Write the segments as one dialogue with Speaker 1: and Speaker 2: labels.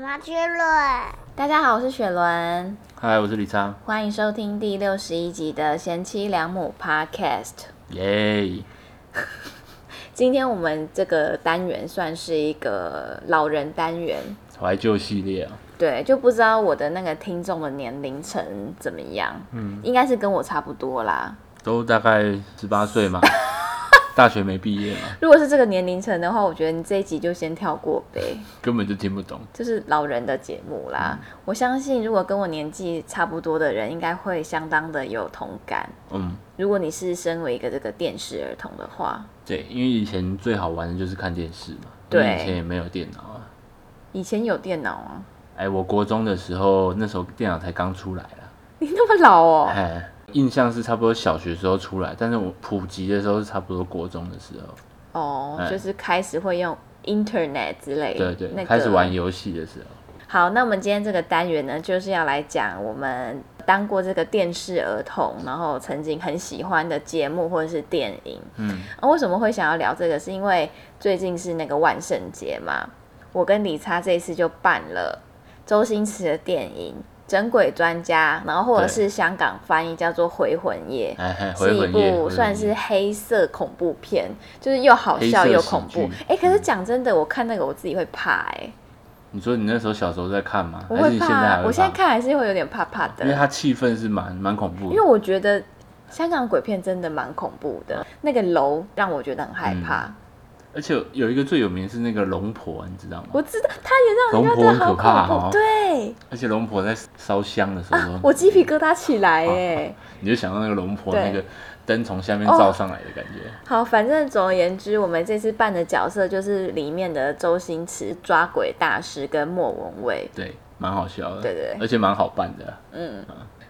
Speaker 1: 妈去了。
Speaker 2: 大家好，我是雪伦，
Speaker 3: 嗨，我是李昌，
Speaker 2: 欢迎收听第六十一集的《贤妻良母》Podcast。
Speaker 3: 耶！
Speaker 2: 今天我们这个单元算是一个老人单元，
Speaker 3: 怀旧系列啊，
Speaker 2: 对，就不知道我的那个听众的年龄层怎么样，嗯，应该是跟我差不多啦。
Speaker 3: 都大概十八岁 嘛，大学没毕业嘛，
Speaker 2: 如果是这个年龄层的话，我觉得你这一集就先跳过呗，
Speaker 3: 根本就听不懂。
Speaker 2: 就是老人的节目啦。我相信，如果跟我年纪差不多的人，应该会相当的有同感。
Speaker 3: 嗯，
Speaker 2: 如果你是身为一个这个电视儿童的话，
Speaker 3: 对，因为以前最好玩的就是看电视嘛，
Speaker 2: 对
Speaker 3: 因为以前也没有电脑啊。
Speaker 2: 以前有电脑啊，
Speaker 3: 哎，我国中的时候，那时候电脑才刚出来啦，
Speaker 2: 你那么老哦，
Speaker 3: 哎，印象是差不多小学时候出来，但是我普及的时候是差不多国中的时候，
Speaker 2: 哦，
Speaker 3: 哎
Speaker 2: 就是开始会用 Internet 之类，
Speaker 3: 对对，
Speaker 2: 那个
Speaker 3: 开始玩游戏的时候。
Speaker 2: 好，那我们今天这个单元呢，就是要来讲我们当过这个电视儿童，然后曾经很喜欢的节目或者是电影。
Speaker 3: 嗯，
Speaker 2: 啊、为什么会想要聊这个？是因为最近是那个万圣节嘛，我跟李差这一次就办了周星驰的电影《整鬼专家》，然后或者是香港翻译叫做《回魂夜》。
Speaker 3: 哎哎，
Speaker 2: 是
Speaker 3: 回
Speaker 2: 一
Speaker 3: 魂夜
Speaker 2: 部
Speaker 3: 回
Speaker 2: 算
Speaker 3: 魂
Speaker 2: 是
Speaker 3: 夜
Speaker 2: 黑色恐怖片，就是又好笑
Speaker 3: 黑色
Speaker 2: 又
Speaker 3: 喜
Speaker 2: 恐怖
Speaker 3: 剧。嗯
Speaker 2: 哎、可是讲真的，我看那个我自己会怕哎、
Speaker 3: 你说你那时候小时候在看吗？
Speaker 2: 我
Speaker 3: 还是
Speaker 2: 会
Speaker 3: 你
Speaker 2: 怕
Speaker 3: 现在还
Speaker 2: 啊，
Speaker 3: 会
Speaker 2: 我现在
Speaker 3: 怕，
Speaker 2: 看还是会有点怕怕
Speaker 3: 因为
Speaker 2: 的，
Speaker 3: 它气氛是蛮蛮恐怖的。
Speaker 2: 因为我觉得香港鬼片真的蛮恐怖的，那个楼让我觉得很害怕。
Speaker 3: 嗯而且有一个最有名是那个龙婆，你知道吗？
Speaker 2: 我知道，它也让人
Speaker 3: 龙
Speaker 2: 家
Speaker 3: 婆
Speaker 2: 觉得
Speaker 3: 很
Speaker 2: 好
Speaker 3: 可
Speaker 2: 恐
Speaker 3: 怕
Speaker 2: 怖，
Speaker 3: 哦
Speaker 2: 对
Speaker 3: 而且龙婆在烧香的时候，
Speaker 2: 啊，我鸡皮疙瘩起来哎。
Speaker 3: 你就想到那个龙婆
Speaker 2: 对哦
Speaker 3: 那个灯从下面照上来的感觉。
Speaker 2: 好，反正总而言之，我们这次扮的角色就是里面的周星驰、抓鬼大师跟莫文蔚。
Speaker 3: 对，蛮好笑的。
Speaker 2: 对对对
Speaker 3: 而且蛮好办的。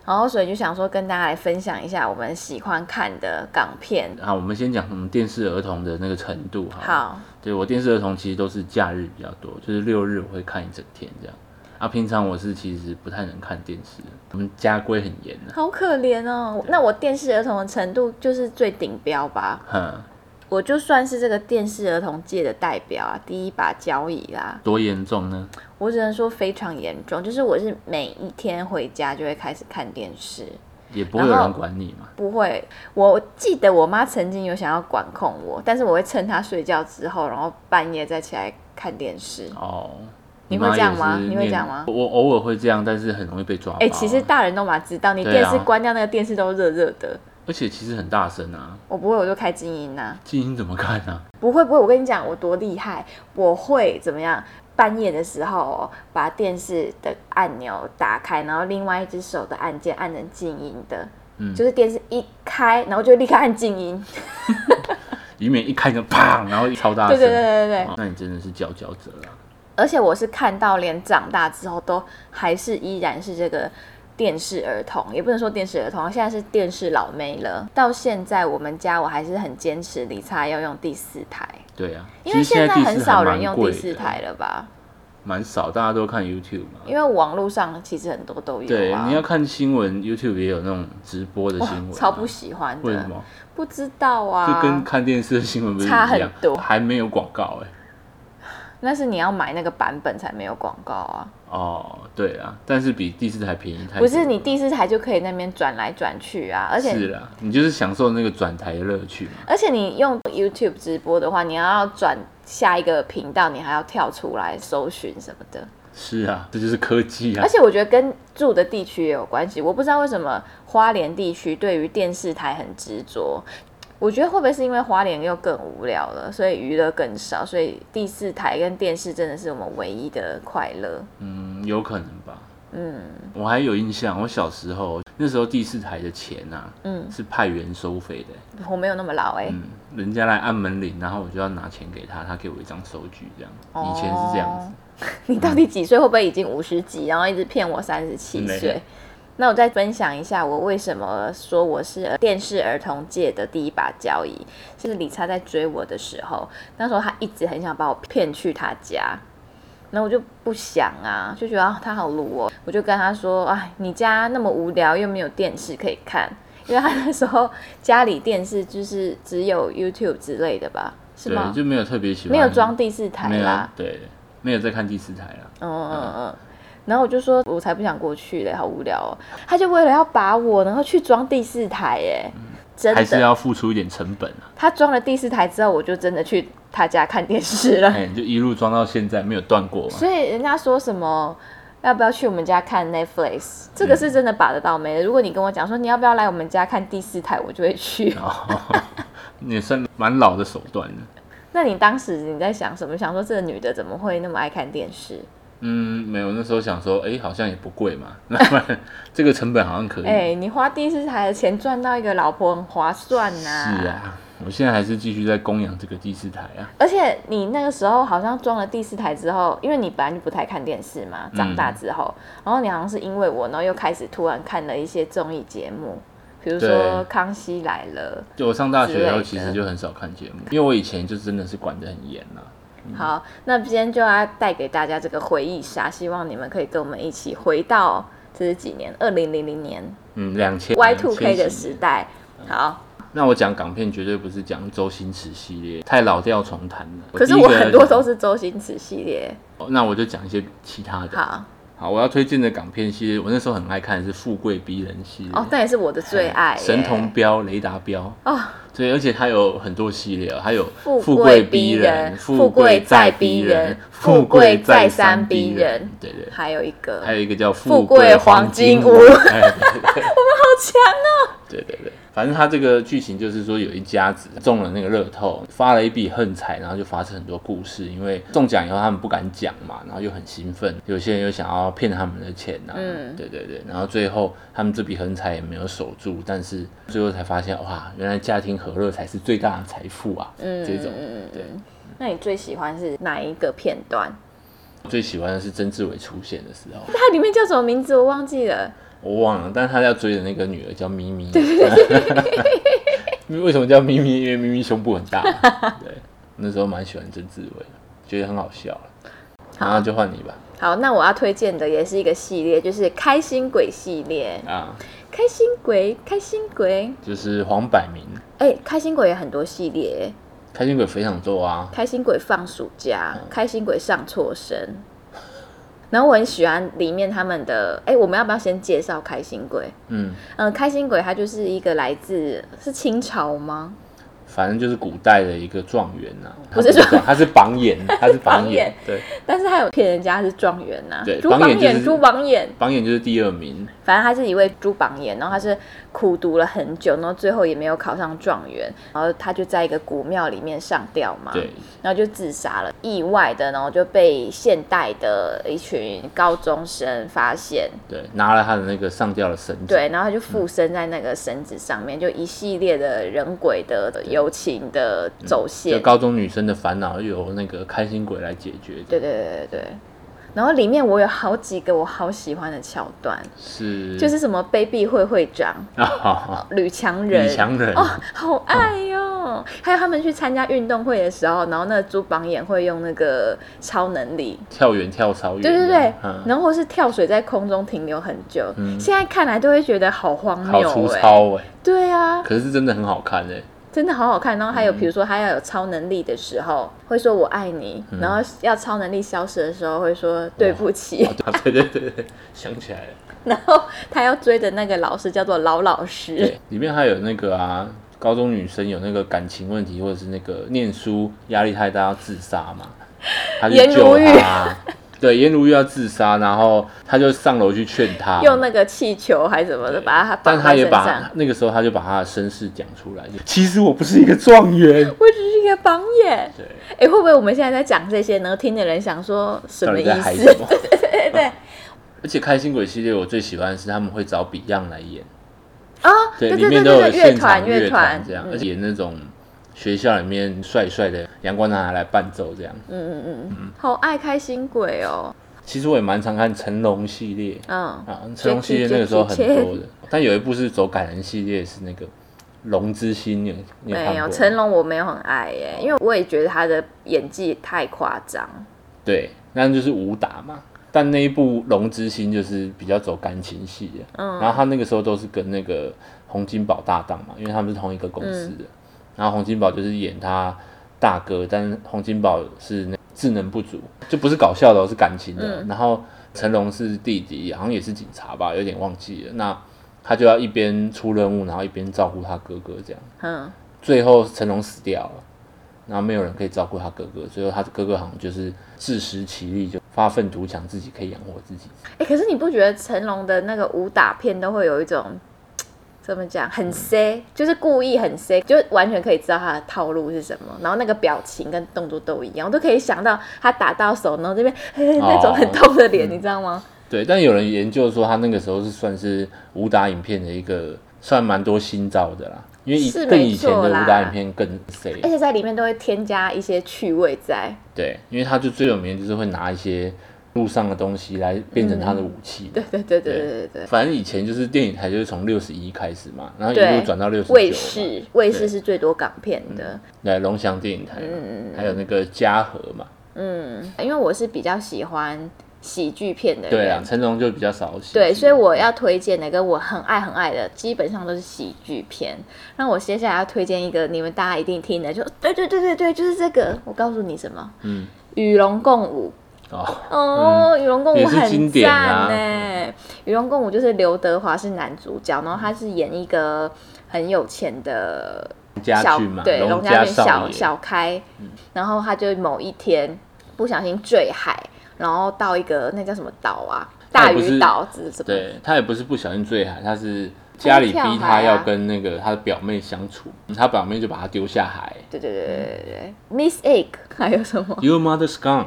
Speaker 2: 然后所以就想说跟大家来分享一下我们喜欢看的港片。
Speaker 3: 好，我们先讲我们电视儿童的那个程度好了。
Speaker 2: 好，
Speaker 3: 对我电视儿童其实都是假日比较多，就是六日我会看一整天这样。啊，平常我是其实不太能看电视，我们家规很严啊的、
Speaker 2: 好可怜哦。那我电视儿童的程度就是最顶标吧。
Speaker 3: 哼，
Speaker 2: 我就算是这个电视儿童界的代表啊，第一把交椅啦，
Speaker 3: 多严重呢？
Speaker 2: 我只能说非常严重，就是我是每一天回家就会开始看电视，
Speaker 3: 也不会有
Speaker 2: 然后
Speaker 3: 人管你嘛。
Speaker 2: 不会，我记得我妈曾经有想要管控我，但是我会趁她睡觉之后，然后半夜再起来看电视。
Speaker 3: 哦，
Speaker 2: 你
Speaker 3: 妈
Speaker 2: 会这样
Speaker 3: 也
Speaker 2: 吗
Speaker 3: 是
Speaker 2: 你会
Speaker 3: 念
Speaker 2: 这样吗
Speaker 3: 我偶尔会这样，但是很容易被抓包。啊
Speaker 2: 哎、其实大人都嘛知道，你
Speaker 3: 对
Speaker 2: 电
Speaker 3: 啊
Speaker 2: 视关掉，那个电视都热热的。
Speaker 3: 而且其实很大声啊，
Speaker 2: 我不会，我就开静音呐、
Speaker 3: 静音怎么看啊？
Speaker 2: 不会不会，我跟你讲，我多厉害，我会怎么样？半夜的时候、哦，把电视的按钮打开，然后另外一只手的按键按成静音的，
Speaker 3: 嗯
Speaker 2: 就是电视一开，然后就立刻按静音。
Speaker 3: 以免一开就砰，然后超大
Speaker 2: 对
Speaker 3: 声。
Speaker 2: 对对对对，
Speaker 3: 哦那你真啊的是佼佼者啊！
Speaker 2: 而且我是看到连长大之后都还是依然是这个电视儿童，也不能说电视儿童，现在是电视老妹了。到现在我们家我还是很坚持理查要用第四台，
Speaker 3: 对啊，
Speaker 2: 因为
Speaker 3: 其实现
Speaker 2: 在
Speaker 3: 第
Speaker 2: 很
Speaker 3: 四
Speaker 2: 少
Speaker 3: 还
Speaker 2: 人
Speaker 3: 蛮
Speaker 2: 用
Speaker 3: 贵
Speaker 2: 第
Speaker 3: 的
Speaker 2: 四台，了吧。
Speaker 3: 蛮少，大家都看 YouTube 嘛。
Speaker 2: 因为网络上其实很多都有、啊，
Speaker 3: 对，你要看新闻，YouTube 也有那种直播的新闻啊、
Speaker 2: 超不喜欢的，
Speaker 3: 为什么？
Speaker 2: 不知道
Speaker 3: 就跟
Speaker 2: 啊，
Speaker 3: 看电视的新闻不是一
Speaker 2: 差很
Speaker 3: 样，
Speaker 2: 多
Speaker 3: 还没有广告哎、
Speaker 2: 那是你要买那个版本才没有广告啊，
Speaker 3: 哦，对啊，但是比第四台便宜
Speaker 2: 不
Speaker 3: 太多
Speaker 2: 是
Speaker 3: 了
Speaker 2: 你第四台就可以那边转来转去啊，而
Speaker 3: 是
Speaker 2: 且
Speaker 3: 啦，你就是享受那个转台的乐趣嘛。
Speaker 2: 而且你用 YouTube 直播的话，你要转下一个频道，你还要跳出来搜寻什么的，
Speaker 3: 是啊，这就是科技啊
Speaker 2: 而。且我觉得跟住的地区也有关系，我不知道为什么花莲地区对于电视台很执着。我觉得会不会是因为花莲又更无聊了，所以娱乐更少，所以第四台跟电视真的是我们唯一的快乐。
Speaker 3: 嗯，有可能吧。
Speaker 2: 嗯
Speaker 3: 我还有印象，我小时候那时候第四台的钱啊，
Speaker 2: 嗯，
Speaker 3: 是派员收费的。
Speaker 2: 我没有那么老哎、
Speaker 3: 嗯，人家来按门铃，然后我就要拿钱给他，他给我一张收据，这样。
Speaker 2: 哦
Speaker 3: 以前是这样子。
Speaker 2: 你到底几岁？会不会已经五十几，然后一直骗我三十七
Speaker 3: 没
Speaker 2: 岁？那我再分享一下，我为什么说我是呃电视儿童界的第一把交椅，是理查在追我的时候，那时候他一直很想把我骗去他家，那我就不想啊，就觉得、啊、他好鲁哦，我就跟他说，哎，你家那么无聊，又没有电视可以看，因为他那时候家里电视就是只有 YouTube 之类的吧，是吗
Speaker 3: 对，？就没有特别喜欢，
Speaker 2: 没有装第四台啊
Speaker 3: 没有
Speaker 2: 啦，
Speaker 3: 对，没有在看第四台了。
Speaker 2: 嗯嗯嗯嗯。然后我就说，我才不想过去嘞，好无聊哦。他就为了要把我，然后去装第四台，哎、真
Speaker 3: 嗯还是
Speaker 2: 的。
Speaker 3: 要付出一点成本 啊！
Speaker 2: 他装了第四台之后，我就真的去他家看电视了。
Speaker 3: 哎、你就一路装到现在没有断过嘛。
Speaker 2: 所以人家说什么要不要去我们家看
Speaker 3: 嗯
Speaker 2: Netflix，这个是真的把得到妹的。如果你跟我讲说你要不要来我们家看第四台，我就会去。
Speaker 3: 哦， 也算蛮老的手段了。
Speaker 2: 那你当时你在想什么？想说这个女的怎么会那么爱看电视？
Speaker 3: 嗯，没有，那时候想说，哎、好像也不贵嘛，那不然这个成本好像可以。
Speaker 2: 哎、你花第四台的钱赚到一个老婆很划算呐、
Speaker 3: 是啊，我现在还是继续在供养这个第四台啊。
Speaker 2: 而且你那个时候好像装了第四台之后，因为你本来就不太看电视
Speaker 3: 嗯
Speaker 2: 嘛，长大之后，然后你好像是因为我，然后又开始突然看了一些综艺节目，比如说
Speaker 3: 对
Speaker 2: 《康熙来了
Speaker 3: 就我上大学以后，
Speaker 2: 之
Speaker 3: 其
Speaker 2: 类的
Speaker 3: 实就很少看节目，因为我以前就真的是管得很严啊啦、》。
Speaker 2: 好，那今天就要带给大家这个回忆杀，希望你们可以跟我们一起回到这是几年？二零零零年
Speaker 3: 嗯，两千
Speaker 2: Y Two K 的。
Speaker 3: 千禧
Speaker 2: 时
Speaker 3: 年嗯
Speaker 2: 代。好，
Speaker 3: 那我讲港片绝对不是讲周星驰系列，太老调重弹了。
Speaker 2: 可是
Speaker 3: 第一
Speaker 2: 我
Speaker 3: 个
Speaker 2: 很多
Speaker 3: 讲
Speaker 2: 都是周星驰系列。
Speaker 3: 哦那我就讲一些其他的。
Speaker 2: 好，
Speaker 3: 好，我要推荐的港片系列，我那时候很爱看的是《富贵逼人》系列。
Speaker 2: 哦，那也是我的最爱耶。
Speaker 3: 哎神童标、雷达标
Speaker 2: 哦，
Speaker 3: 对，而且它有很多系列哦，还有
Speaker 2: 富贵
Speaker 3: 贵
Speaker 2: 逼人
Speaker 3: 人、
Speaker 2: 富
Speaker 3: 富
Speaker 2: 贵
Speaker 3: 贵
Speaker 2: 再
Speaker 3: 再
Speaker 2: 逼
Speaker 3: 逼
Speaker 2: 人
Speaker 3: 人、
Speaker 2: 富
Speaker 3: 富
Speaker 2: 贵
Speaker 3: 贵
Speaker 2: 再
Speaker 3: 再
Speaker 2: 三
Speaker 3: 三
Speaker 2: 逼
Speaker 3: 逼
Speaker 2: 人
Speaker 3: 人，对对，
Speaker 2: 还有一个，
Speaker 3: 还有一个叫《
Speaker 2: 富贵
Speaker 3: 贵
Speaker 2: 黄金
Speaker 3: 金
Speaker 2: 屋
Speaker 3: 哎对对对
Speaker 2: 好强哦！
Speaker 3: 对对对，反正他这个剧情就是说，有一家子中了那个乐透，发了一笔横财，然后就发生很多故事。因为中奖以后他们不敢讲嘛，然后又很兴奋，有些人又想要骗他们的钱呐、啊。
Speaker 2: 嗯
Speaker 3: 对对对，然后最后他们这笔横财也没有守住，但是最后才发现，哇，原来家庭和乐才是最大的财富啊！
Speaker 2: 嗯
Speaker 3: 这种
Speaker 2: 嗯
Speaker 3: 对，
Speaker 2: 那你最喜欢是哪一个片段？
Speaker 3: 我最喜欢的是曾志伟出现的时候，
Speaker 2: 它里面叫什么名字？我忘记了。
Speaker 3: 我忘了，但是他要追的那个女儿叫咪咪。为什么叫咪咪？因为咪咪胸部很大。对，那时候蛮喜欢曾志伟的，觉得很好笑了。然后就换你吧。
Speaker 2: 好，那我要推荐的也是一个系列，就是《开心鬼》系列。
Speaker 3: 啊，
Speaker 2: 开心鬼，开心鬼，
Speaker 3: 就是黄百鸣，
Speaker 2: 哎、开心鬼有很多系列，
Speaker 3: 开心鬼非常多啊
Speaker 2: 《开心鬼放暑假》《开心鬼上错身》，然后我很喜欢里面他们的。哎、我们要不要先介绍《开心鬼》？
Speaker 3: 嗯，
Speaker 2: 嗯，开心鬼他就是一个来自是清朝吗？
Speaker 3: 反正就是古代的一个状元呐、啊，
Speaker 2: 不是
Speaker 3: 他状，他是榜眼，他是榜眼，对，
Speaker 2: 但是他有骗人家是状元啊呐、
Speaker 3: 对
Speaker 2: 朱
Speaker 3: 榜眼
Speaker 2: 榜
Speaker 3: 就
Speaker 2: 眼，
Speaker 3: 是
Speaker 2: 朱榜眼，
Speaker 3: 榜眼就是第二名，
Speaker 2: 反正他是一位朱榜眼，然后他是苦读了很久，然后最后也没有考上状元，然后他就在一个古庙里面上吊嘛，
Speaker 3: 对，
Speaker 2: 然后就自杀了，意外的，然后就被现代的一群高中生发现，
Speaker 3: 对，拿了他的那个上吊的绳子，
Speaker 2: 对，然后他就附身在那个绳子上面，就一系列的人鬼的友情的走
Speaker 3: 就
Speaker 2: 线，
Speaker 3: 高中女生的烦恼由那个开心鬼来解决，
Speaker 2: 对对对对对。然后里面我有好几个我好喜欢的桥段，
Speaker 3: 是
Speaker 2: 就是什么卑鄙会会长、
Speaker 3: 啊，好好
Speaker 2: 吕强人、
Speaker 3: 女强人，
Speaker 2: 哦，好爱哟、还有他们去参加运动会的时候，然后那个朱榜眼会用那个超能力，
Speaker 3: 跳远跳超远，
Speaker 2: 对对对，
Speaker 3: 嗯，
Speaker 2: 然后或是跳水在空中停留很久，现在看来都会觉得好荒
Speaker 3: 好
Speaker 2: 谬
Speaker 3: 粗
Speaker 2: 哎、
Speaker 3: 糙哎、
Speaker 2: 对啊，
Speaker 3: 可是真的很好看哎、
Speaker 2: 真的好好看。然后还有比如说他要有超能力的时候，会说我爱你，
Speaker 3: 嗯
Speaker 2: 然后要超能力消失的时候会说对不起，
Speaker 3: 啊，对对对对，想起来了。
Speaker 2: 然后他要追的那个老师叫做老老师，
Speaker 3: 对，里面还有那个啊，高中女生有那个感情问题，或者是那个念书压力太大要自杀 嘛，他去
Speaker 2: 颜如
Speaker 3: 救
Speaker 2: 玉
Speaker 3: 她。 对，颜如玉要自杀，然后他就上楼去劝她。
Speaker 2: 用那个气球还什么的把他
Speaker 3: 但
Speaker 2: 绑
Speaker 3: 他
Speaker 2: 在
Speaker 3: 也
Speaker 2: 身
Speaker 3: 把
Speaker 2: 上。
Speaker 3: 那个时候他就把他的身世讲出来，就其实我不是一个状元。
Speaker 2: 我只是一个榜眼，
Speaker 3: 对，
Speaker 2: 哎、会不会我们现在在讲这些呢？听的人想说什
Speaker 3: 到
Speaker 2: 么
Speaker 3: 底
Speaker 2: 意
Speaker 3: 在嗨
Speaker 2: 思？
Speaker 3: 什么？
Speaker 2: 对 对
Speaker 3: 而且开心鬼系列我最喜欢的是他们会找 Beyond 来演，
Speaker 2: 哦，对
Speaker 3: 里
Speaker 2: 对
Speaker 3: 面
Speaker 2: 对
Speaker 3: 都
Speaker 2: 对，
Speaker 3: 有
Speaker 2: 乐
Speaker 3: 现场
Speaker 2: 团
Speaker 3: 乐
Speaker 2: 团
Speaker 3: 这样，
Speaker 2: 嗯
Speaker 3: 而且演那种学校里面帅帅的阳光男孩来伴奏这样。
Speaker 2: 嗯嗯嗯，好爱开心鬼哦，
Speaker 3: 其实我也蛮常看成龙系列
Speaker 2: 嗯，
Speaker 3: 啊，成龙系列那个时候很
Speaker 2: Jackie
Speaker 3: 多的，但有一部是走感人系列，是那个《龙之心》，你有你有看
Speaker 2: 没有
Speaker 3: 过？
Speaker 2: 成龙我没有很爱耶，因为我也觉得他的演技太夸张，
Speaker 3: 对，那就是武打嘛。但那一部《龙之心》就是比较走感情戏的，
Speaker 2: 嗯
Speaker 3: 然后他那个时候都是跟那个洪金宝搭档嘛，因为他们是同一个公司的。然后洪金宝就是演他大哥，但是洪金宝是那智能不足，就不是搞笑的、哦，是感情的。然后成龙是弟弟，好像也是警察吧，有点忘记了。那他就要一边出任务，然后一边照顾他哥哥，这样。
Speaker 2: 嗯，
Speaker 3: 最后成龙死掉了，然后没有人可以照顾他哥哥，最后他的哥哥好像就是自食其力，就发愤图强，自己可以养活自己。
Speaker 2: 哎、可是你不觉得成龙的那个武打片都会有一种怎么讲，
Speaker 3: 嗯
Speaker 2: 很塞，就是故意很塞，就完全可以知道他的套路是什么，然后那个表情跟动作都一样，我都可以想到他打到手，然后这边 那种
Speaker 3: 哦
Speaker 2: 很痛的
Speaker 3: 嗯
Speaker 2: 脸，你知道吗？
Speaker 3: 对，但有人研究说他那个时候是算是武打影片的一个算蛮多新招的啦，因为以
Speaker 2: 是
Speaker 3: 更
Speaker 2: 没
Speaker 3: 以前的
Speaker 2: 错啦
Speaker 3: 武打影片更谁
Speaker 2: 而且在里面都会添加一些趣味在，
Speaker 3: 对，因为他就最有名就是会拿一些路上的东西来变成他的武器。
Speaker 2: 嗯对对对对对对对。
Speaker 3: 反正以前就是电影台就是从六十一开始嘛，然后一
Speaker 2: 对
Speaker 3: 路转到六十
Speaker 2: 卫
Speaker 3: 九，
Speaker 2: 视，卫视是最多港片的，
Speaker 3: 对，龙翔电影台嘛，
Speaker 2: 嗯
Speaker 3: 还有那个嘉禾嘛，
Speaker 2: 因为我是比较喜欢喜剧片的人，
Speaker 3: 嗯对啊，成龙就比较少写。
Speaker 2: 对，所以我要推荐的跟我很爱很爱的，基本上都是喜剧片。那我接下来要推荐一个你们大家一定听的，就对对对对对，就是这个。我告诉你什么？
Speaker 3: 嗯，
Speaker 2: 与龙共舞。
Speaker 3: 哦，
Speaker 2: 哦，与龙共舞
Speaker 3: 也是
Speaker 2: 很
Speaker 3: 经典
Speaker 2: 赞
Speaker 3: 啊
Speaker 2: 呢。与龙共舞就是刘德华是男主角，然后他是演一个很有钱的
Speaker 3: 家
Speaker 2: 小
Speaker 3: 俊嘛，
Speaker 2: 对，
Speaker 3: 龙
Speaker 2: 龙家俊
Speaker 3: 少
Speaker 2: 小
Speaker 3: 爷，嗯
Speaker 2: 小开，然后他就某一天不小心坠海，然后到一个那叫什么岛啊，
Speaker 3: 他
Speaker 2: 大
Speaker 3: 也不
Speaker 2: 屿
Speaker 3: 是
Speaker 2: 岛子什么，
Speaker 3: 对他也不是不小心坠海，他是家里逼
Speaker 2: 他是跳海啊
Speaker 3: 他要跟那个他的表妹相处，他表妹就把他丢下海。
Speaker 2: 对对对对对对，Miss Egg 还有什么？
Speaker 3: Your mother's gone，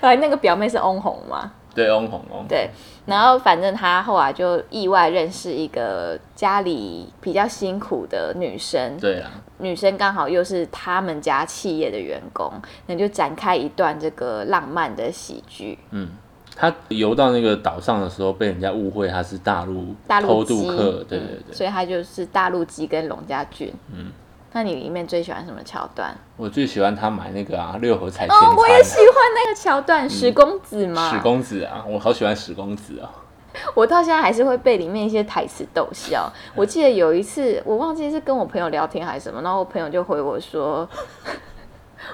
Speaker 2: 还有那个表妹是翁虹嘛？
Speaker 3: 对，翁虹 翁，
Speaker 2: 对，然后反正他后来就意外认识一个家里比较辛苦的女生，
Speaker 3: 对啊，
Speaker 2: 女生刚好又是他们家企业的员工，那就展开一段这个浪漫的喜剧。
Speaker 3: 嗯，他游到那个岛上的时候，被人家误会他是大陆
Speaker 2: 大
Speaker 3: 偷
Speaker 2: 陆鸡，
Speaker 3: 渡客，对
Speaker 2: 嗯
Speaker 3: 对对。
Speaker 2: 所以他就是大陆鸡跟龙家俊。嗯，那你里面最喜欢什么桥段？
Speaker 3: 我最喜欢他买那个啊六合彩鲜
Speaker 2: 哦，我也喜
Speaker 3: 餐
Speaker 2: 欢那个桥
Speaker 3: 嗯
Speaker 2: 段，史公子嘛，
Speaker 3: 啊，史公子啊，我好喜欢史公子啊，
Speaker 2: 我到现在还是会被里面一些台词逗笑。
Speaker 3: 嗯
Speaker 2: 我记得有一次，我忘记是跟我朋友聊天还是什么，然后我朋友就回我说：“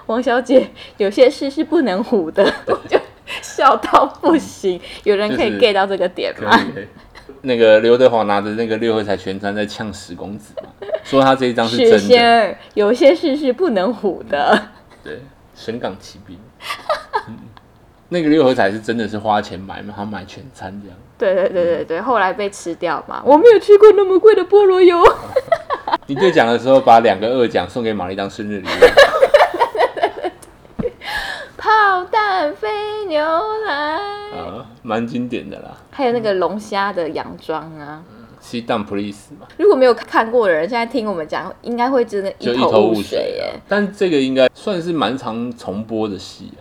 Speaker 2: 王小姐，有些事是不能唬的。”我就笑到不行。有人可以
Speaker 3: 就是
Speaker 2: get 到这个点
Speaker 3: 可
Speaker 2: 吗？
Speaker 3: 以。欸那个刘德华拿着那个六合彩全餐在呛史公子嘛，说他这一张是
Speaker 2: 许
Speaker 3: 真
Speaker 2: 仙
Speaker 3: 的，嗯
Speaker 2: 儿，有些事是不能唬的。
Speaker 3: 对，神港奇兵。嗯那个六合彩是真的是花钱买嘛，他买全餐这样。
Speaker 2: 对对对对对，后来被吃掉嘛。我没有吃过那么贵的菠萝油。
Speaker 3: 嗯你兑奖的时候把两个二奖送给玛丽当生日礼物，
Speaker 2: 炮弹飞牛奶，
Speaker 3: 啊，蛮经典的啦。
Speaker 2: 还有那个龙虾的洋装啊。
Speaker 3: 西蛋 please 嘛，
Speaker 2: 如果没有看过的人，现在听我们讲，应该会真的
Speaker 3: 就
Speaker 2: 一
Speaker 3: 一头
Speaker 2: 雾
Speaker 3: 雾
Speaker 2: 水
Speaker 3: 水啊
Speaker 2: 耶。。
Speaker 3: 但这个应该算是蛮常重播的戏啊。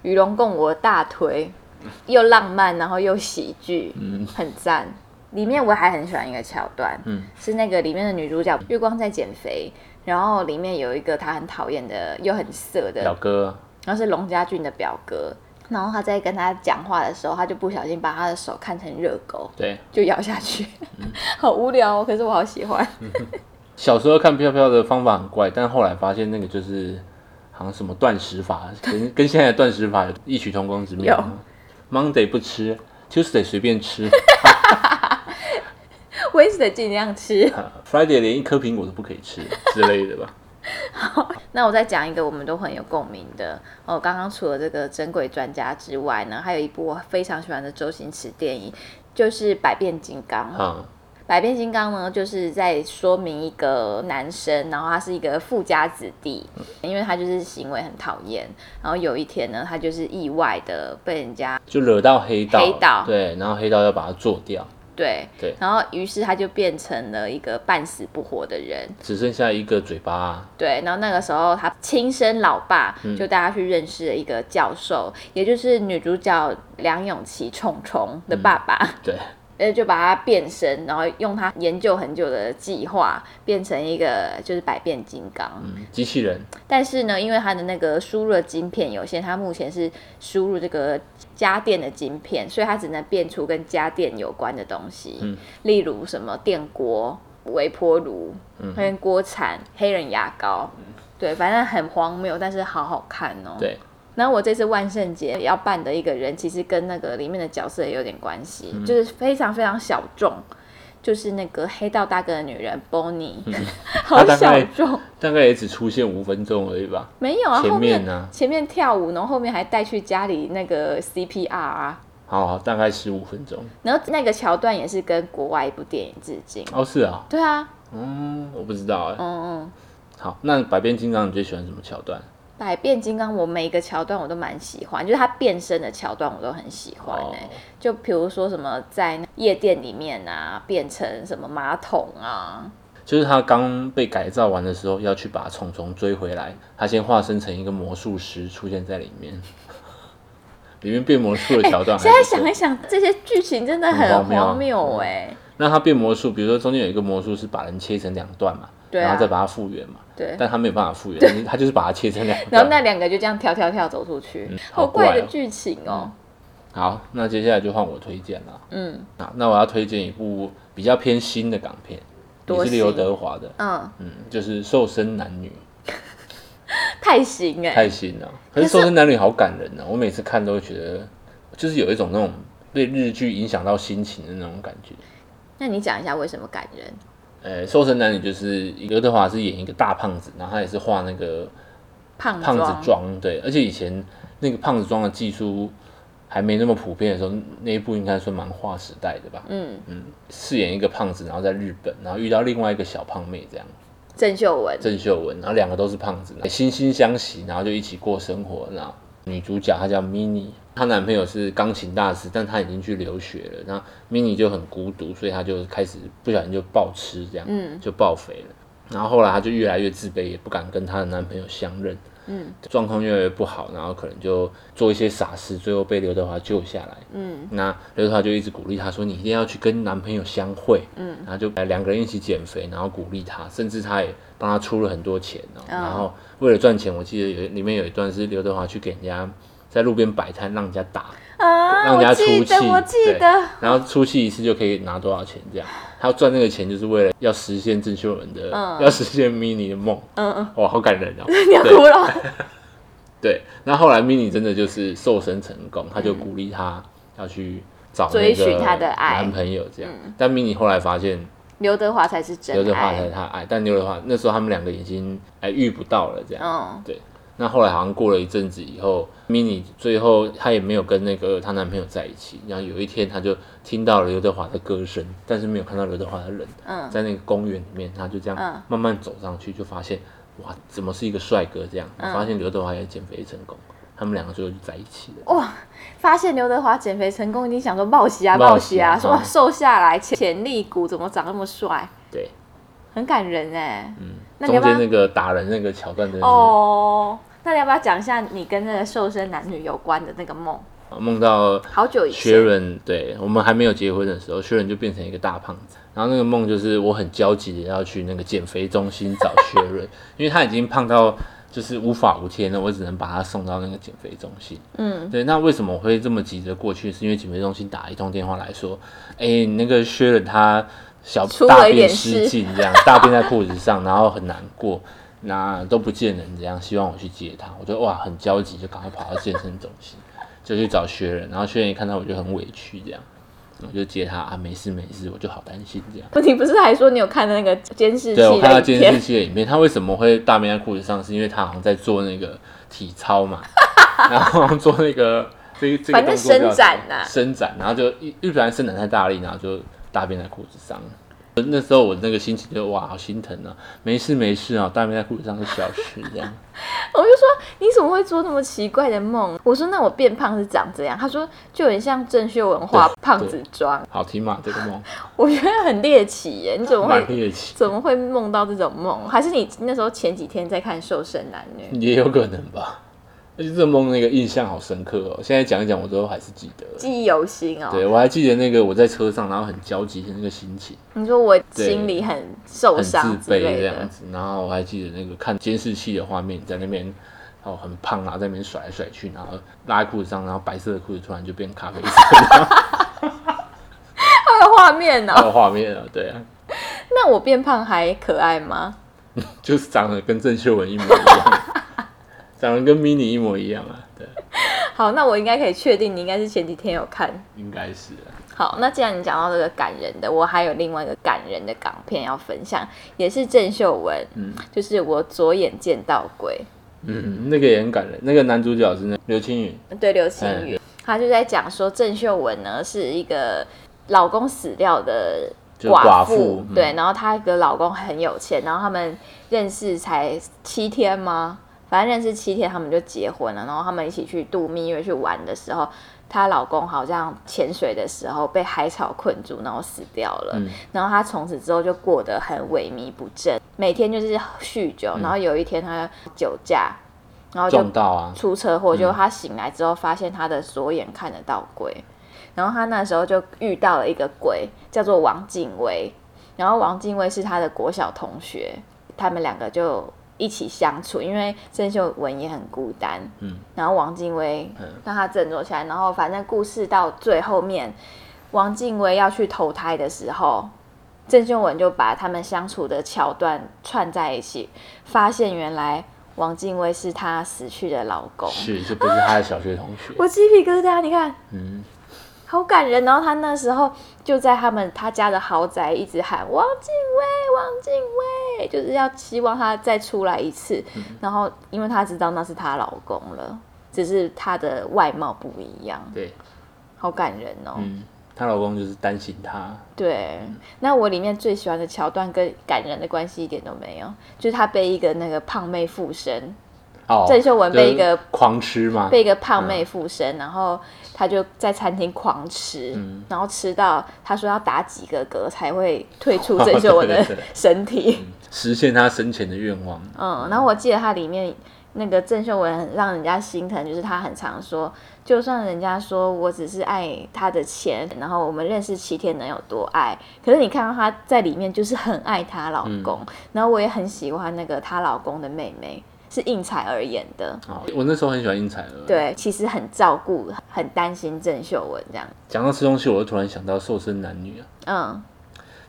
Speaker 2: 与龙共舞的大推， 又浪漫，然后又喜剧，
Speaker 3: 嗯
Speaker 2: 很赞。里面我还很喜欢一个桥段，
Speaker 3: 嗯
Speaker 2: 是那个里面的女主角月光在减肥，然后里面有一个她很讨厌的又很色的
Speaker 3: 表哥啊，
Speaker 2: 然后是龙家俊的表哥，然后他在跟他讲话的时候，他就不小心把他的手看成热狗，
Speaker 3: 对，
Speaker 2: 就咬下去，
Speaker 3: 嗯
Speaker 2: 好无聊哦，可是我好喜欢。
Speaker 3: 小时候看飘飘的方法很怪，但后来发现那个就是好像什么断食法，跟 跟现在的断食法有异曲同工之妙啊。Monday 不吃，Tuesday 随便吃
Speaker 2: Wednesday 尽量吃。
Speaker 3: 啊，Friday 连一颗苹果都不可以吃之类的 吧。
Speaker 2: 那我再讲一个我们都很有共鸣的哦。刚刚除了这个《珍贵专家》之外呢，还有一部我非常喜欢的周星驰电影，就是《百变金刚》。
Speaker 3: 啊，
Speaker 2: 百变金刚呢，就是在说明一个男生，然后他是一个富家子弟，因为他就是行为很讨厌，然后有一天呢，他就是意外的被人家
Speaker 3: 就惹到黑道，
Speaker 2: 黑道
Speaker 3: 对，然后黑道要把它做掉，
Speaker 2: 对，
Speaker 3: 对
Speaker 2: 然后于是他就变成了一个半死不活的人，
Speaker 3: 只剩下一个嘴巴啊、
Speaker 2: 对，然后那个时候他亲生老爸就带他去认识了一个教授，也就是女主角梁咏琪虫虫的爸爸，
Speaker 3: 对，
Speaker 2: 呃、就把他变身，然后用他研究很久的计划变成一个就是百变金刚。
Speaker 3: 嗯机器人，
Speaker 2: 但是呢，因为他的那个输入的晶片有限，他目前是输入这个家电的晶片，所以他只能变出跟家电有关的东西，
Speaker 3: 嗯
Speaker 2: 例如
Speaker 3: 嗯
Speaker 2: 什么电锅、微波炉、跟锅铲、黑人牙膏。对，反正很荒谬，但是好好看哦。
Speaker 3: 对，
Speaker 2: 然后我这次万圣节要扮的一个人，其实跟那个里面的角色也有点关系，
Speaker 3: 嗯
Speaker 2: 就是非常非常小众，就是那个黑道大哥的女人 Bonnie，、好
Speaker 3: 嗯她大
Speaker 2: 小
Speaker 3: 概
Speaker 2: 众，
Speaker 3: 大概也只出现五分钟而已吧。
Speaker 2: 没有啊，
Speaker 3: 前
Speaker 2: 后
Speaker 3: 面
Speaker 2: 面
Speaker 3: 呢
Speaker 2: 前面跳舞，然后后面还带去家里那个 CPR 啊，
Speaker 3: 好，好大概十五分钟。
Speaker 2: 然后那个桥段也是跟国外一部电影致敬。
Speaker 3: 哦，是啊，
Speaker 2: 对啊，
Speaker 3: 嗯，我不知道哎。
Speaker 2: 嗯嗯，
Speaker 3: 好，那百变金刚你最喜欢什么桥段？
Speaker 2: 百变金刚，我每一个桥段我都蛮喜欢，就是他变身的桥段我都很喜欢哎、
Speaker 3: 哦
Speaker 2: 就比如说什么在夜店里面啊，变成什么马桶啊，
Speaker 3: 就是他刚被改造完的时候，要去把虫虫追回来。他先化身成一个魔术师，出现在里面。 里面变魔术的桥段还
Speaker 2: 现在
Speaker 3: 不错。
Speaker 2: 想一想，这些剧情真的
Speaker 3: 很
Speaker 2: 很
Speaker 3: 荒谬啊
Speaker 2: 荒谬哎、
Speaker 3: 那他变魔术，比如说中间有一个魔术是把人切成两段嘛，
Speaker 2: 对啊
Speaker 3: 然后再把它复原嘛，
Speaker 2: 对。
Speaker 3: 但他没有办法复原，他就是把它切成两
Speaker 2: 然后
Speaker 3: 段。
Speaker 2: 那两个就这样跳跳跳走出去，
Speaker 3: 好
Speaker 2: 好
Speaker 3: 怪哦嗯
Speaker 2: 怪的剧情哦。
Speaker 3: 好，那接下来就换我推荐了。
Speaker 2: 嗯
Speaker 3: 好，那我要推荐一部比较偏新的港片，也
Speaker 2: 多
Speaker 3: 是
Speaker 2: 新
Speaker 3: 刘德华的，
Speaker 2: 嗯，
Speaker 3: 嗯，就是《瘦身男女
Speaker 2: 太行》，哎、
Speaker 3: 太新了。啊可是《瘦身男女》好感人啊呢、我每次看都会觉得，就是有一种那种被日剧影响到心情的那种感觉。
Speaker 2: 那你讲一下为什么感人？
Speaker 3: 呃，《瘦身男女》就是刘德华是演一个大胖子，然后他也是画那个
Speaker 2: 胖
Speaker 3: 胖
Speaker 2: 装
Speaker 3: 子妆，对，而且以前那个胖子妆的技术还没那么普遍的时候，那一部应该算蛮划时代的吧。
Speaker 2: 嗯，
Speaker 3: 饰演一个胖子，然后在日本，然后遇到另外一个小胖妹这样。
Speaker 2: 郑秀文，
Speaker 3: 郑秀文，然后两个都是胖子，哎惺惺相惜，然后就一起过生活。然后女主角她叫 mini，她男朋友是钢琴大师，但她已经去留学了。然后 mini 就很孤独，所以她就开始不小心就暴吃，这样，
Speaker 2: 嗯
Speaker 3: 就暴肥了。然后后来她就越来越自卑，也不敢跟她的男朋友相认，
Speaker 2: 嗯，
Speaker 3: 状况越来越不好，然后可能就做一些傻事，最后被刘德华救下来。
Speaker 2: 嗯，
Speaker 3: 那刘德华就一直鼓励她说：“你一定要去跟男朋友相会。”嗯，然后就两个人一起减肥，然后鼓励她，甚至她也帮她出了很多钱、哦
Speaker 2: 嗯
Speaker 3: 然后为了赚钱，我记得有里面有一段是刘德华去给人家在路边摆摊，让人家打，
Speaker 2: 啊，
Speaker 3: 让人家
Speaker 2: 我
Speaker 3: 出
Speaker 2: 记
Speaker 3: 气，
Speaker 2: 得，我记
Speaker 3: 对
Speaker 2: 得，
Speaker 3: 然后出气一次就可以拿多少钱？这样，他赚那个钱就是为了要实现郑秀文的，
Speaker 2: 嗯
Speaker 3: 要实现 mini 的梦。
Speaker 2: 嗯嗯，
Speaker 3: 哇，好感人哦！
Speaker 2: 你要哭了，
Speaker 3: 对，那后来
Speaker 2: 嗯
Speaker 3: mini 真的就是瘦身成功，他就鼓励他要去找那
Speaker 2: 追
Speaker 3: 个
Speaker 2: 寻他的爱
Speaker 3: 男朋友这样。但 mini 后来发现
Speaker 2: 刘德华才是真爱，
Speaker 3: 刘德华才是他的爱，但刘德华那时候他们两个已经哎遇不到了这样。
Speaker 2: 嗯
Speaker 3: 对，那后来好像过了一阵子以后，mini 最后她也没有跟那个她男朋友在一起。然后有一天，她就听到了刘德华的歌声，但是没有看到刘德华的人。
Speaker 2: 嗯
Speaker 3: 在那个公园里面，她就这样
Speaker 2: 嗯
Speaker 3: 慢慢走上去，就发现哇，怎么是一个帅哥这样？
Speaker 2: 嗯
Speaker 3: 发现刘德华也减肥成功，他们两个最后就在一起了。
Speaker 2: 哇，发现刘德华减肥成功，一定想说报喜啊
Speaker 3: 报
Speaker 2: 报
Speaker 3: 喜
Speaker 2: 喜
Speaker 3: 啊
Speaker 2: 啊，说哇
Speaker 3: 嗯
Speaker 2: 瘦下来潜潜力股怎么长那么帅，
Speaker 3: 对，
Speaker 2: 很感人哎。嗯，那你
Speaker 3: 中
Speaker 2: 要不
Speaker 3: 间
Speaker 2: 要
Speaker 3: 那个打人那个桥段真的是。
Speaker 2: 哦？那你要不要讲一下你跟那个瘦身男女有关的那个梦？
Speaker 3: 梦到
Speaker 2: 好久以
Speaker 3: 薛
Speaker 2: 前，
Speaker 3: 仁，对我们还没有结婚的时候，薛仁就变成一个大胖子。然后那个梦就是我很焦急的要去那个减肥中心找薛仁，因为他已经胖到就是无法无天了，我只能把他送到那个减肥中心。
Speaker 2: 嗯，
Speaker 3: 对，那为什么我会这么急着过去？是因为减肥中心打一通电话来说，哎、你那个薛仁他小
Speaker 2: 出
Speaker 3: 大
Speaker 2: 了一点
Speaker 3: 便失
Speaker 2: 事
Speaker 3: 禁，这样 大便在裤子上，然后很难过。那都不见人，这样希望我去接他，我就哇很焦急，就赶快跑到健身中心。 就去找薛仁，然后薛仁一看到我就很委屈，这样，我就接他啊，没事没事，我就好担心这样。
Speaker 2: 不 你不是还说你有看那个监视器
Speaker 3: 对，我看到
Speaker 2: 的影
Speaker 3: 监视
Speaker 2: 片？
Speaker 3: 器的影片，他为什么会大便在裤子上？是因为他好像在做那个体操嘛，然后做那个这这个
Speaker 2: 反
Speaker 3: 动
Speaker 2: 正
Speaker 3: 作叫什么
Speaker 2: 伸展啊呐
Speaker 3: 伸展，然后就一一不然伸展太大力，然后就大便在裤子上。那时候我那个心情就哇，好心疼啊！没事没事啊，大便在裤子上是小事这样。
Speaker 2: 我就说你怎么会做那么奇怪的梦？我说那我变胖是长这样，他说就很像郑秀文化
Speaker 3: 对
Speaker 2: 胖子妆，
Speaker 3: 好听嘛，这个梦
Speaker 2: 我觉得很猎奇耶，你怎么
Speaker 3: 蛮
Speaker 2: 会
Speaker 3: 猎奇，
Speaker 2: 怎么会梦到这种梦？还是你那时候前几天在看《瘦身男女》？
Speaker 3: 也有可能吧。而且这梦那个印象好深刻哦，现在讲一讲我都还是记得。
Speaker 2: 记忆犹新哦。
Speaker 3: 对，我还记得那个我在车上，然后很焦急的那个心情，
Speaker 2: 你说我心里很受
Speaker 3: 很自
Speaker 2: 伤之
Speaker 3: 卑
Speaker 2: 类
Speaker 3: 这
Speaker 2: 的
Speaker 3: 样，子。然后我还记得那个看监视器的画面，在那边哦很胖，然后在那边甩来甩去，然后拉在裤子上，然后白色的裤子突然就变咖啡色
Speaker 2: 好有画面哦。哦
Speaker 3: 哦 的画面了。对啊，
Speaker 2: 那我变胖还可爱吗？
Speaker 3: 就是长得跟郑秀文一模一样，长得跟 mini 一模一样啊，对，
Speaker 2: 好，那我应该可以确定你应该是前几天有看。
Speaker 3: 应该是啊、
Speaker 2: 好，那既然你讲到这个感人的，我还有另外一个感人的港片要分享，也是郑秀文，
Speaker 3: 嗯
Speaker 2: 就是我左眼见到鬼，
Speaker 3: 嗯，那个也很感人，那个男主角是那刘青云，
Speaker 2: 对流星
Speaker 3: 哎
Speaker 2: 雨，他就在讲说郑秀文呢是一个老公死掉的
Speaker 3: 就
Speaker 2: 寡
Speaker 3: 寡
Speaker 2: 妇
Speaker 3: 妇，嗯
Speaker 2: 对，然后她的老公很有钱，然后他们认识才七天吗？反正认识七天他们就结婚了，然后他们一起去度蜜月去玩的时候。她老公好像潜水的时候被海草困住，然后死掉了。
Speaker 3: 嗯
Speaker 2: 然后她从此之后就过得很萎靡不振，每天就是酗酒。然后有一天她酒驾，然后就
Speaker 3: 嗯撞到啊，
Speaker 2: 出车祸，就他醒来之后发现他的左眼看得到鬼，然后他那时候就遇到了一个鬼，叫做王敬威，然后王敬威是他的国小同学，他们两个就一起相处，因为郑秀文也很孤单，
Speaker 3: 嗯，
Speaker 2: 然后王敬威让他振作起来，然后反正故事到最后面，王敬威要去投胎的时候。郑秀文就把他们相处的桥段串在一起，发现原来王敬威是她死去的老公。
Speaker 3: 是，这不是他的小学同学，
Speaker 2: 我鸡皮疙瘩，你看
Speaker 3: 嗯，
Speaker 2: 好感人。然后她那时候就在他们他家的豪宅一直喊王敬威，王敬威，就是要希望他再出来一次。然后因为她知道那是她老公了，只是他的外貌不一样，
Speaker 3: 嗯对，
Speaker 2: 好感人哦。
Speaker 3: 嗯，她老公就是担心她，
Speaker 2: 对，那我里面最喜欢的桥段跟感人的关系一点都没有，就是她被一个那个胖妹附身，
Speaker 3: 哦，
Speaker 2: 郑秀文被一个
Speaker 3: 就是狂吃嘛，
Speaker 2: 被一个胖妹附
Speaker 3: 嗯
Speaker 2: 身，然后他就在餐厅狂吃，然后吃到他说要打几个嗝才会退 出郑秀文的
Speaker 3: 对对对
Speaker 2: 身体。
Speaker 3: 实现她生前的愿望，
Speaker 2: 嗯，然后我记得它里面那个郑秀文很让人家心疼，就是她很常说，就算人家说我只是爱他的钱，然后我们认识七天能有多爱，可是你看到她在里面就是很爱她老
Speaker 3: 嗯
Speaker 2: 公，然后我也很喜欢那个她老公的妹妹，是应采儿演的。
Speaker 3: 哦，我那时候很喜欢应采儿，，
Speaker 2: 对，其实很照顾、很担心郑秀文这样。
Speaker 3: 讲到吃东西，我就突然想到《瘦身男女》啊。
Speaker 2: 嗯，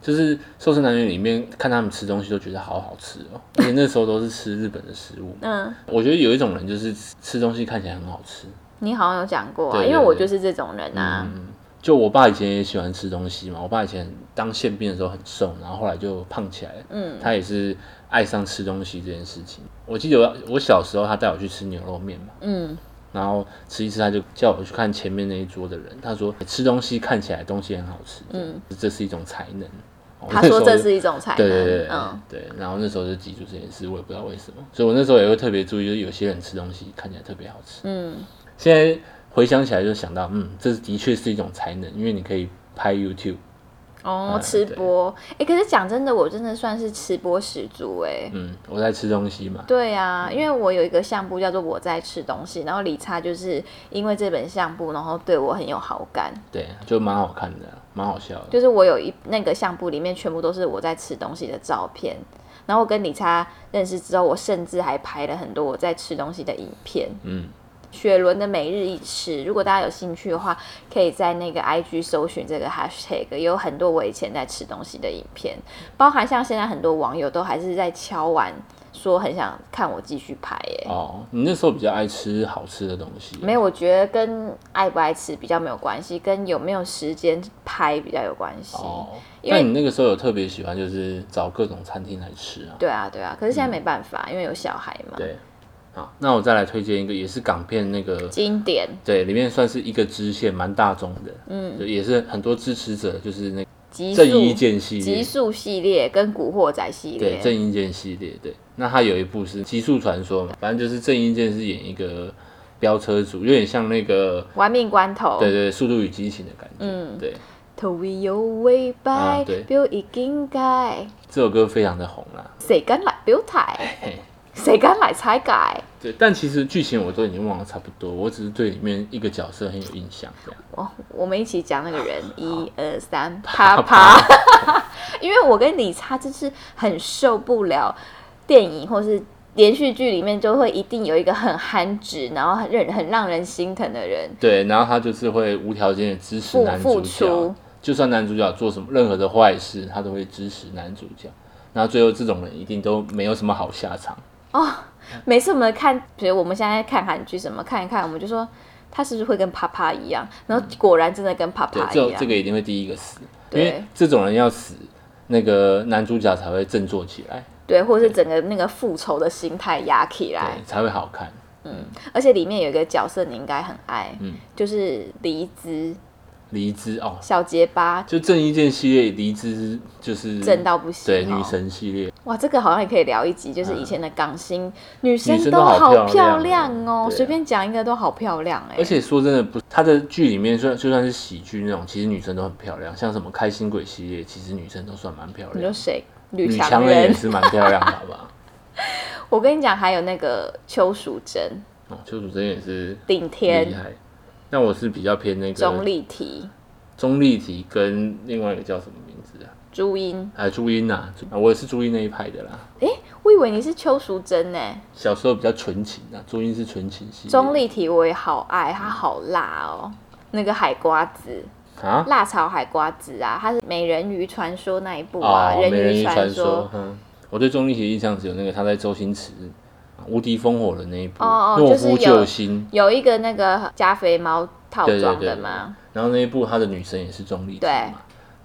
Speaker 3: 就是《瘦身男女》里面看他们吃东西都觉得好好吃哦，而且那时候都是吃日本的食物。
Speaker 2: 嗯，
Speaker 3: 我觉得有一种人就是吃东西看起来很好吃，
Speaker 2: 你好像有讲过啊，
Speaker 3: 对对
Speaker 2: 因为我就是这种人啊。
Speaker 3: 嗯就我爸以前也喜欢吃东西嘛，我爸以前当宪兵的时候很瘦，然后后来就胖起来了。
Speaker 2: 嗯，
Speaker 3: 他也是爱上吃东西这件事情。我记得我我小时候他带我去吃牛肉面嘛，
Speaker 2: 嗯
Speaker 3: 然后吃一吃他就叫我去看前面那一桌的人，他说吃东西看起来东西很好吃，
Speaker 2: 嗯，
Speaker 3: 这是一种才能。我
Speaker 2: 他
Speaker 3: 那时
Speaker 2: 说
Speaker 3: 候
Speaker 2: 这
Speaker 3: 就是
Speaker 2: 一种才能。
Speaker 3: 对对对，
Speaker 2: 嗯，
Speaker 3: 对。然后那时候就记住这件事，我也不知道为什么，所以我那时候也会特别注意，就是有些人吃东西看起来特别好吃。
Speaker 2: 嗯，
Speaker 3: 现在回想起来就想到，嗯，这的确是一种才能，因为你可以拍 YouTube，
Speaker 2: 哦，
Speaker 3: 嗯
Speaker 2: 吃播。哎、可是讲真的，我真的算是吃播始祖哎、
Speaker 3: 嗯，我在吃东西嘛，
Speaker 2: 对啊，因为我有一个相簿叫做我在吃东西，然后理查就是因为这本相簿，然后对我很有好感。
Speaker 3: 对，就蛮好看的，蛮好笑的。
Speaker 2: 就是我有一那个相簿里面全部都是我在吃东西的照片，然后我跟李查认识之后，我甚至还拍了很多我在吃东西的影片。
Speaker 3: 嗯，
Speaker 2: 雪伦的每日一吃，如果大家有兴趣的话，可以在那个 IG 搜寻这个 hashtag，也有很多我以前在吃东西的影片，包含像现在很多网友都还是在敲完说很想看我继续拍耶、
Speaker 3: 哦，你那时候比较爱吃好吃的东西，
Speaker 2: 没有，我觉得跟爱不爱吃比较没有关系，跟有没有时间拍比较有关系。
Speaker 3: 哦。
Speaker 2: 因为
Speaker 3: 那你那个时候有特别喜欢，就是找各种餐厅来吃啊。
Speaker 2: 对啊，对啊，可是现在没办法，因为有小孩嘛。
Speaker 3: 对，好，那我再来推荐一个，也是港片那个
Speaker 2: 经典
Speaker 3: 对，里面算是一个支线，蛮大众的，嗯，也是很多支持者，就是那个
Speaker 2: 极
Speaker 3: 正义
Speaker 2: 速
Speaker 3: 剑系
Speaker 2: 极
Speaker 3: 列，
Speaker 2: 速系列跟古惑仔系
Speaker 3: 对，
Speaker 2: 列，
Speaker 3: 正义剑系列，对，那他有一部是《极速传说》嘛，反正就是正义剑是演一个飙车族，有点像那个，
Speaker 2: 玩命关头。
Speaker 3: 对对，《速度与激情》的感觉，
Speaker 2: 哦嗯
Speaker 3: 对，
Speaker 2: 头尾有尾摆
Speaker 3: 啊对，
Speaker 2: 表已经改，
Speaker 3: 这首歌非常的红啦，
Speaker 2: 谁敢来表态？
Speaker 3: 嘿，
Speaker 2: 谁敢来拆改？
Speaker 3: 对，但其实剧情我都已经忘了差不多，我只是对里面一个角色很有印象，这样，
Speaker 2: 哦，我们一起讲那个人，一二三，啪啪。因为我跟李差就是很受不了电影或是连续剧里面就会一定有一个很憨直，然后很让很让人心疼的人。
Speaker 3: 对，然后他就是会无条件的支持
Speaker 2: 付
Speaker 3: 男
Speaker 2: 付
Speaker 3: 主
Speaker 2: 出
Speaker 3: 角，就算男主角做什么任何的坏事，他都会支持男主角。然后最后这种人一定都没有什么好下场。
Speaker 2: 每次我们看，比如我们现在看韩剧什么，看一看，我们就说他是不是会跟啪啪一样？然后果然真的跟啪
Speaker 3: 对
Speaker 2: 啪，一
Speaker 3: 这
Speaker 2: 样。
Speaker 3: 这个一定会第一个死，因
Speaker 2: 对
Speaker 3: 为这种人要死，那个男主角才会振作起来，
Speaker 2: 对，或者是整个那个复仇的心态压起来
Speaker 3: 对，。才会好看。
Speaker 2: 而且里面有一个角色你应该很爱，
Speaker 3: 嗯
Speaker 2: 就是黎姿
Speaker 3: 黎姿哦，
Speaker 2: 小结巴，
Speaker 3: 就郑伊健系列，黎姿就是
Speaker 2: 正到不行、哦。
Speaker 3: 对女神系列，
Speaker 2: 哇，这个好像也可以聊一集，就是以前的港星、女
Speaker 3: 女
Speaker 2: 生
Speaker 3: 生
Speaker 2: 都
Speaker 3: 都好
Speaker 2: 好漂
Speaker 3: 漂
Speaker 2: 亮
Speaker 3: 亮
Speaker 2: 哦，
Speaker 3: 对啊
Speaker 2: 随便讲一个都好漂亮哎、
Speaker 3: 而且说真的，不，他的剧里面虽然就算是喜剧那种，其实女生都很漂亮，像什么开心鬼系列，其实女生都算蛮漂
Speaker 2: 你说
Speaker 3: 亮，
Speaker 2: 谁？
Speaker 3: 女
Speaker 2: 吕
Speaker 3: 强
Speaker 2: 强
Speaker 3: 人
Speaker 2: 人
Speaker 3: 也，是蛮漂亮的，好不好？
Speaker 2: 我跟你讲，还有那个邱淑贞、
Speaker 3: 哦，邱淑贞也是
Speaker 2: 顶
Speaker 3: 厉
Speaker 2: 天、
Speaker 3: 害，但我是比较偏那个
Speaker 2: 钟丽缇、
Speaker 3: 钟丽缇跟另外一个叫什么名字啊？
Speaker 2: 朱茵。
Speaker 3: 哎，朱茵呐、朱啊，我也是朱茵那一派的啦。
Speaker 2: 我以为你是邱淑贞呢、
Speaker 3: 小时候比较纯情啊，朱茵是纯情系列。
Speaker 2: 钟丽缇我也好爱，她好辣哦，那个海瓜子。
Speaker 3: 啊，
Speaker 2: 辣炒海瓜子啊，它是《美人鱼传说》那一部啊，
Speaker 3: 哦美人
Speaker 2: 鱼
Speaker 3: 鱼传
Speaker 2: 说》。
Speaker 3: 嗯，我对钟丽缇的印象只有那个她在周星驰《无敌烽火》的那一部《
Speaker 2: 哦哦
Speaker 3: 懦
Speaker 2: 就是有
Speaker 3: 夫救星》
Speaker 2: 有一个那个加菲猫套
Speaker 3: 对对
Speaker 2: 装
Speaker 3: 对
Speaker 2: 的
Speaker 3: 对
Speaker 2: 嘛，
Speaker 3: 然后那一部她的女神也是钟丽缇
Speaker 2: 对
Speaker 3: 嘛，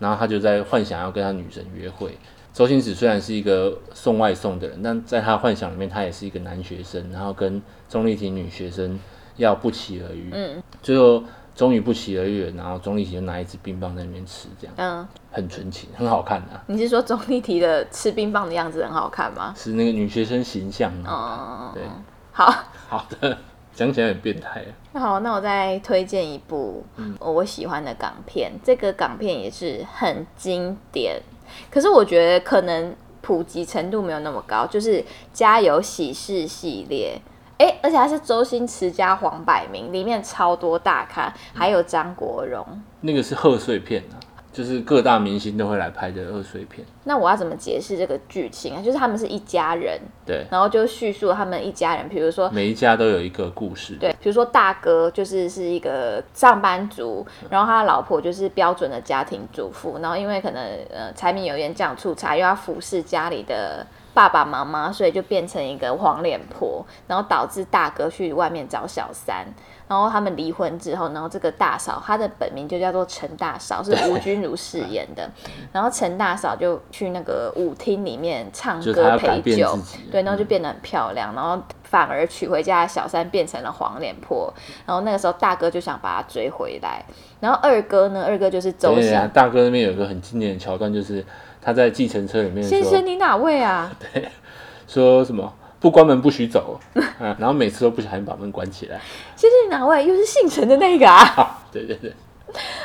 Speaker 3: 然后她就在幻想要跟她女神约会。周星驰虽然是一个送外送的人，但在他幻想里面，他也是一个男学生，然后跟钟丽缇女学生要不期而遇。
Speaker 2: 嗯
Speaker 3: 最后终于不期而遇了，然后钟丽缇就拿一支冰棒在那边吃，这样
Speaker 2: 嗯，
Speaker 3: 很纯情，很好看啊，
Speaker 2: 你是说钟丽缇的吃冰棒的样子很好看吗？
Speaker 3: 是那个女学生形象啊。
Speaker 2: 嗯，
Speaker 3: 对，
Speaker 2: 好，
Speaker 3: 好的，讲起来很变态啊。
Speaker 2: 那好，那我再推荐一部我喜欢的港片，这个港片也是很经典，可是我觉得可能普及程度没有那么高，就是《家有喜事》系列。哎、而且它是周星驰加黄百鸣，里面超多大咖，还有张国荣。
Speaker 3: 那个是贺岁片啊，就是各大明星都会来拍的贺岁片。
Speaker 2: 那我要怎么解释这个剧情啊？就是他们是一家人，
Speaker 3: 对，
Speaker 2: 然后就叙述他们一家人，比如说
Speaker 3: 每一家都有一个故事。
Speaker 2: 对，比如说大哥就是是一个上班族，然后他的老婆就是标准的家庭主妇，然后因为可能呃柴米油盐酱醋茶又要服侍家里的爸爸妈妈，所以就变成一个黄脸婆，然后导致大哥去外面找小三。然后他们离婚之后，然后这个大嫂，她的本名就叫做陈大嫂，是吴君如饰演的。然后陈大嫂就去那个舞厅里面唱
Speaker 3: 就是她
Speaker 2: 歌
Speaker 3: 要
Speaker 2: 陪
Speaker 3: 改变
Speaker 2: 酒
Speaker 3: 自，己。嗯
Speaker 2: 对，然后就变得很漂亮，然后反而娶回家的小三变成了黄脸婆，然后那个时候大哥就想把她追回来，然后二哥呢，二哥就是周
Speaker 3: 对
Speaker 2: 星
Speaker 3: 啊，大哥那边有一个很经典的桥段，就是他在计程车里面
Speaker 2: 先生
Speaker 3: 说
Speaker 2: 你哪位 啊？
Speaker 3: 说什么不关门不许走，啊，然后每次都不小心把门关起来。
Speaker 2: 先生你哪位？又是姓陈的那个啊？
Speaker 3: 啊，对对对，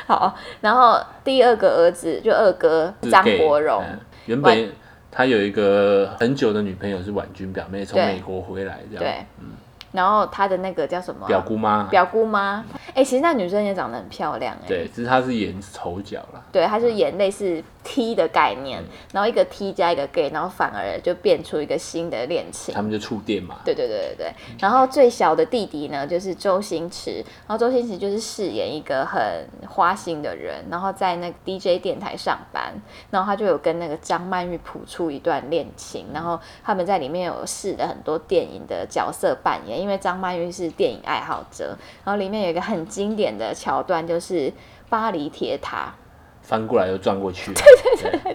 Speaker 2: 好，然后第二个儿子就二哥
Speaker 3: 是
Speaker 2: 张
Speaker 3: gay，
Speaker 2: 国荣，
Speaker 3: 嗯原
Speaker 2: 婉
Speaker 3: 本他有一个很久的女朋友是婉君表妹，从
Speaker 2: 对
Speaker 3: 美国回来这样。嗯
Speaker 2: 对，然后他的那个叫什么啊？
Speaker 3: 表姑妈。
Speaker 2: 表姑妈，哎、其实那女生也长得很漂亮、哎，
Speaker 3: 对，只是她是演丑角啦。
Speaker 2: 对，它是演类似 T 的概念，
Speaker 3: 嗯
Speaker 2: 然后一个 T 加一个 gay，然后反而就变出一个新的恋情
Speaker 3: 他。们就触电嘛。
Speaker 2: 对对对对对，然后最小的弟弟呢，就是周星驰，然后周星驰就是饰演一个很花心的人，然后在那个 DJ 电台上班，然后他就有跟那个张曼玉谱出一段恋情，然后他们在里面有试了很多电影的角色扮演，因为张曼玉是电影爱好者，然后里面有一个很经典的桥段就是巴黎铁塔，
Speaker 3: 翻过来又转 过去。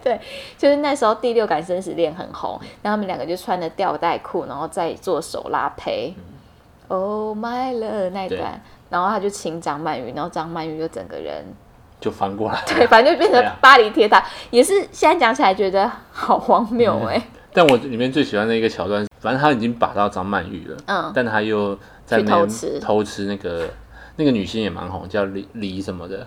Speaker 3: 对
Speaker 2: 就是那时候第六感生死恋很红，然后他们两个就穿着吊带裤，然后再做手拉胚。Oh my love 那一段，然后他就亲张曼玉，然后张曼玉就整个人，
Speaker 3: 就翻过来。
Speaker 2: 对，反正就变
Speaker 3: 对
Speaker 2: 成
Speaker 3: 啊
Speaker 2: 巴黎铁塔，也是现在讲起来觉得好荒谬
Speaker 3: 嗯
Speaker 2: 哎、
Speaker 3: 但我里面最喜欢的一个桥段，反正他已经把到张曼玉了，
Speaker 2: 嗯
Speaker 3: 但他又在
Speaker 2: 去
Speaker 3: 那边
Speaker 2: 偷吃
Speaker 3: 偷吃那个那个女星也蛮红，叫李李什么的，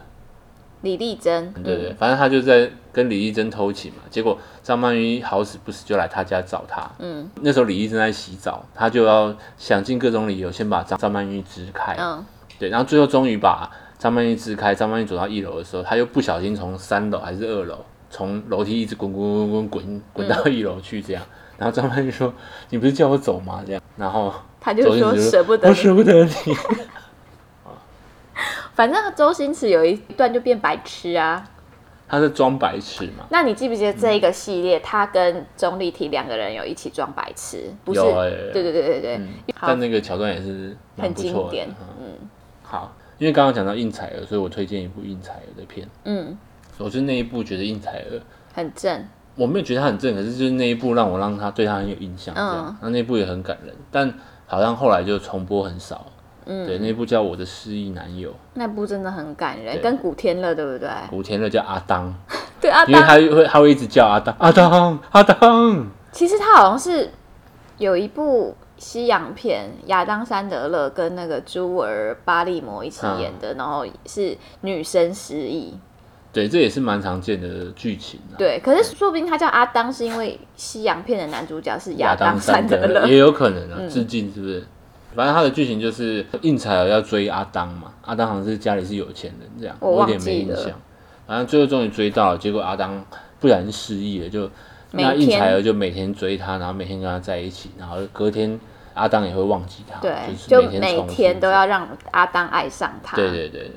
Speaker 2: 李丽珍，
Speaker 3: 对对，
Speaker 2: 嗯，
Speaker 3: 反正他就在跟李丽珍偷情嘛。结果张曼玉好死不死就来他家找他，
Speaker 2: 嗯
Speaker 3: 那时候李丽珍在洗澡，他就要想尽各种理由先把张张曼玉支开，
Speaker 2: 嗯，
Speaker 3: 对，然后最后终于把张曼玉支开，张曼玉走到一楼的时候，她又不小心从三楼还是二楼，从楼梯一直滚滚滚滚滚
Speaker 2: 嗯
Speaker 3: 滚到一楼去这样。然后张曼玉说：“你不是叫我走吗？”这样，然后
Speaker 2: 他就
Speaker 3: 周星
Speaker 2: 说
Speaker 3: 驰就
Speaker 2: 舍不得
Speaker 3: 我
Speaker 2: 你，
Speaker 3: 舍不得你。
Speaker 2: 反正周星驰有一段就变白痴啊，
Speaker 3: 他是装白痴嘛？
Speaker 2: 那你记不记得这一个系列，他跟钟丽缇两个人有一起装白痴？不是，
Speaker 3: 有欸有欸
Speaker 2: 对对对对对，好
Speaker 3: 但，那个桥段也是蛮
Speaker 2: 很
Speaker 3: 不
Speaker 2: 经
Speaker 3: 错的。
Speaker 2: 典
Speaker 3: 嗯，好，因为刚刚讲到应采儿，所以我推荐一部应采儿的片。
Speaker 2: 嗯，
Speaker 3: 我是那一部觉得应采儿，
Speaker 2: 很正，
Speaker 3: 我没有觉得她很正，可是就是那一部让我让她对她很有印象，这样
Speaker 2: 嗯。
Speaker 3: 那、那一部也很感人，但好像后来就重播很少。
Speaker 2: 嗯
Speaker 3: 对，那一部叫《我的失忆男友》，
Speaker 2: 那部真的很感人，
Speaker 3: 对
Speaker 2: 跟古天乐对不对？
Speaker 3: 古天乐叫阿当，
Speaker 2: 对啊，
Speaker 3: 因为
Speaker 2: 当
Speaker 3: 他会他会一直叫阿当，阿当，阿当。
Speaker 2: 其实他好像是有一部西洋片，亚当·山德勒跟那个朱尔·巴利摩一起
Speaker 3: 嗯
Speaker 2: 演的，然后是女生失忆。
Speaker 3: 对，这也是蛮常见的剧情啊。
Speaker 2: 对，可是说不定他叫阿当，是因为西洋片的男主角是亚当·山
Speaker 3: 山
Speaker 2: 德嗯勒。
Speaker 3: 也有可能啊，致敬是不是？反正他的剧情就是应采儿要追阿当嘛，阿当好像是家里是有钱人这样，
Speaker 2: 我
Speaker 3: 我有
Speaker 2: 忘
Speaker 3: 点没
Speaker 2: 记
Speaker 3: 印
Speaker 2: 了
Speaker 3: 象。反正最后终于追到了，结果阿当不小心失忆了，就
Speaker 2: 每
Speaker 3: 那应
Speaker 2: 天
Speaker 3: 采儿就每天追他，然后每天跟他在一起，然后隔天阿当也会忘记他，
Speaker 2: 对，
Speaker 3: 就
Speaker 2: 就是
Speaker 3: 每
Speaker 2: 每
Speaker 3: 重复
Speaker 2: 天都
Speaker 3: 这样
Speaker 2: 要让阿当爱上他。
Speaker 3: 对对对对，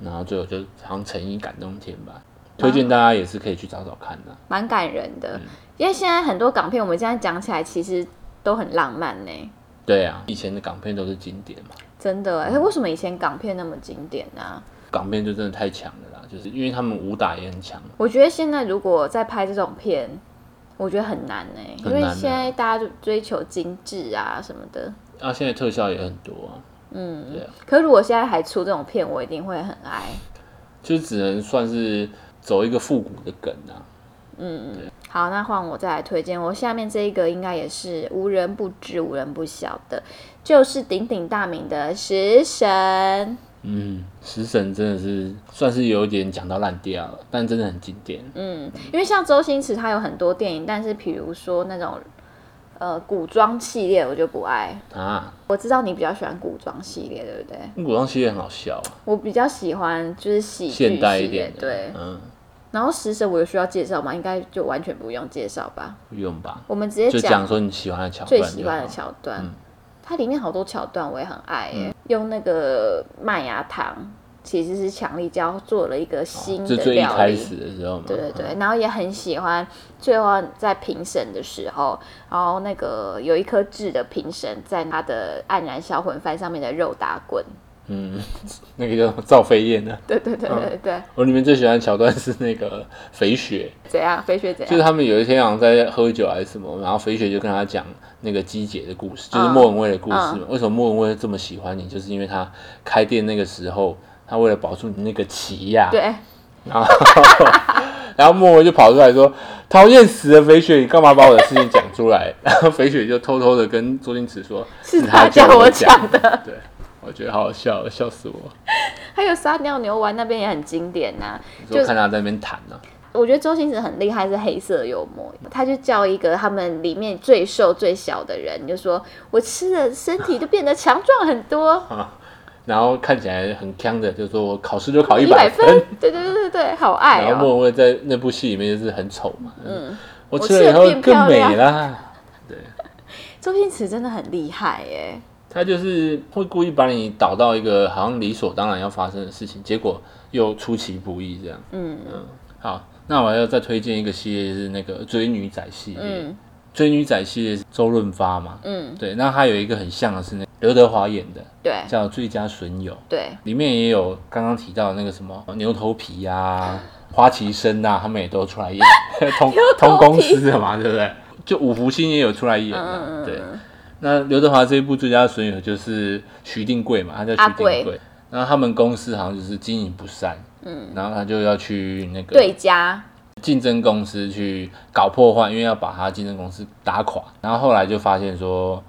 Speaker 3: 然后最后就好像诚意感动天吧，推荐大家也是可以去找找看的、
Speaker 2: 蛮感人
Speaker 3: 嗯
Speaker 2: 的。因为现在很多港片，我们现在讲起来其实都很浪漫呢，
Speaker 3: 对啊，以前的港片都是经典嘛。
Speaker 2: 真的
Speaker 3: 嗯
Speaker 2: 欸。哎，为什么以前港片那么经典啊呢、
Speaker 3: 港片就真的太强了啦，就是因为他们武打也很强，
Speaker 2: 我觉得现在如果再拍这种片，我觉得很难呢，因
Speaker 3: 很难啊
Speaker 2: 为现在大家就追求精致啊什么的。
Speaker 3: 啊，现在特效也很多啊，
Speaker 2: 可是如果现在还出这种片，我一定会很爱。
Speaker 3: 就只能算是走一个复古的梗啊。
Speaker 2: 好，那换我再来推荐。我下面这一个应该也是无人不知、无人不晓的，就是鼎鼎大名的《食神》。
Speaker 3: 嗯，食神真的是算是有点讲到烂掉了，但真的很经典。
Speaker 2: 嗯，因为像周星驰他有很多电影，但是比如说那种呃古装系列，我就不爱。
Speaker 3: 啊，
Speaker 2: 我知道你比较喜欢古装系列，对不对？
Speaker 3: 古装系列很好笑啊，
Speaker 2: 我比较喜欢就是喜剧
Speaker 3: 现代一
Speaker 2: 系列
Speaker 3: 点，的，
Speaker 2: 对。
Speaker 3: 嗯，
Speaker 2: 然后食神我有需要介绍吗？应该就完全不用介绍吧。
Speaker 3: 不用吧，
Speaker 2: 我们直接
Speaker 3: 就
Speaker 2: 讲
Speaker 3: 讲说你喜欢的桥段
Speaker 2: 最
Speaker 3: 就好，
Speaker 2: 喜欢的桥段，
Speaker 3: 嗯
Speaker 2: 它里面好多桥段我也很爱、耶用那个麦芽糖其实是强力胶做了一个新
Speaker 3: 就
Speaker 2: 的
Speaker 3: 哦最一
Speaker 2: 料
Speaker 3: 开
Speaker 2: 理。
Speaker 3: 始嗯的时候嘛，
Speaker 2: 对对对，然后也很喜欢最后在评审的时候，然后那个有一颗痣的评审在他的黯然销魂饭上面的肉打滚。
Speaker 3: 嗯，那个叫赵飞燕的，
Speaker 2: 对对对
Speaker 3: 嗯
Speaker 2: 对对对，
Speaker 3: 我里面最喜欢的桥段是那个肥雪，
Speaker 2: 怎样？飞雪怎
Speaker 3: 就是
Speaker 2: 样？
Speaker 3: 他们有一天好像在喝酒还是什么，然后肥雪就跟他讲那个鸡姐的故事，
Speaker 2: 嗯
Speaker 3: 就是莫文蔚的故事嘛。为什么莫文蔚会这么喜欢你？就是因为他开店那个时候，他为了保住你那个旗呀、
Speaker 2: 对，
Speaker 3: 然后然后莫文蔚就跑出来说：“讨厌死了，肥雪，你干嘛把我的事情讲出来？” 然后肥雪就偷偷的跟周星驰说：“
Speaker 2: 是
Speaker 3: 他
Speaker 2: 他叫
Speaker 3: 我
Speaker 2: 我讲
Speaker 3: 的。”对，我觉得好好笑，笑死我！
Speaker 2: 还有撒尿牛丸那边也很经典呐、
Speaker 3: 就看他在那边弹啊，
Speaker 2: 我觉得周星驰很厉害，是黑色幽默。他就叫一个他们里面最瘦最小的人，就说：“我吃了，身体就变得强壮很 多，
Speaker 3: 然后看起来很呛的，就说我考试就考一
Speaker 2: 一百
Speaker 3: 百分
Speaker 2: 分。。”对对对对对，好爱
Speaker 3: 然后
Speaker 2: 哦、
Speaker 3: 莫文蔚在那部戏里面就是很丑嘛，嗯，我吃
Speaker 2: 我吃
Speaker 3: 了以
Speaker 2: 了
Speaker 3: 后
Speaker 2: 变
Speaker 3: 更
Speaker 2: 漂
Speaker 3: 美
Speaker 2: 亮
Speaker 3: 啦。对，
Speaker 2: 周星驰真的很厉害耶、
Speaker 3: 他就是会故意把你导到一个好像理所当然要发生的事情，结果又出其不意这样。
Speaker 2: 嗯
Speaker 3: 好，那我还要再推荐一个系列是那个追女仔系列，
Speaker 2: 嗯
Speaker 3: 追女仔系列是周润发嘛，
Speaker 2: 嗯，哎
Speaker 3: 对，那他有一个很像的是那刘德华演的，
Speaker 2: 对
Speaker 3: 叫《最佳损友》。
Speaker 2: 对，
Speaker 3: 里面也有刚刚提到的那个什么呃牛头皮呀、 花旗参呐、他们也都出来演， 同同公司的嘛，对不对？就五福星也有出来演啊，
Speaker 2: 嗯嗯嗯
Speaker 3: 对。那刘德华这一部最佳的损友就是徐定贵嘛，他叫
Speaker 2: 阿
Speaker 3: 徐定
Speaker 2: 贵
Speaker 3: 贵。然后他们公司好像就是经营不善，嗯，然后他就要去那个
Speaker 2: 对家
Speaker 3: 竞争公司去搞破坏，因为要把他竞争公司打垮。然后后来就发现说，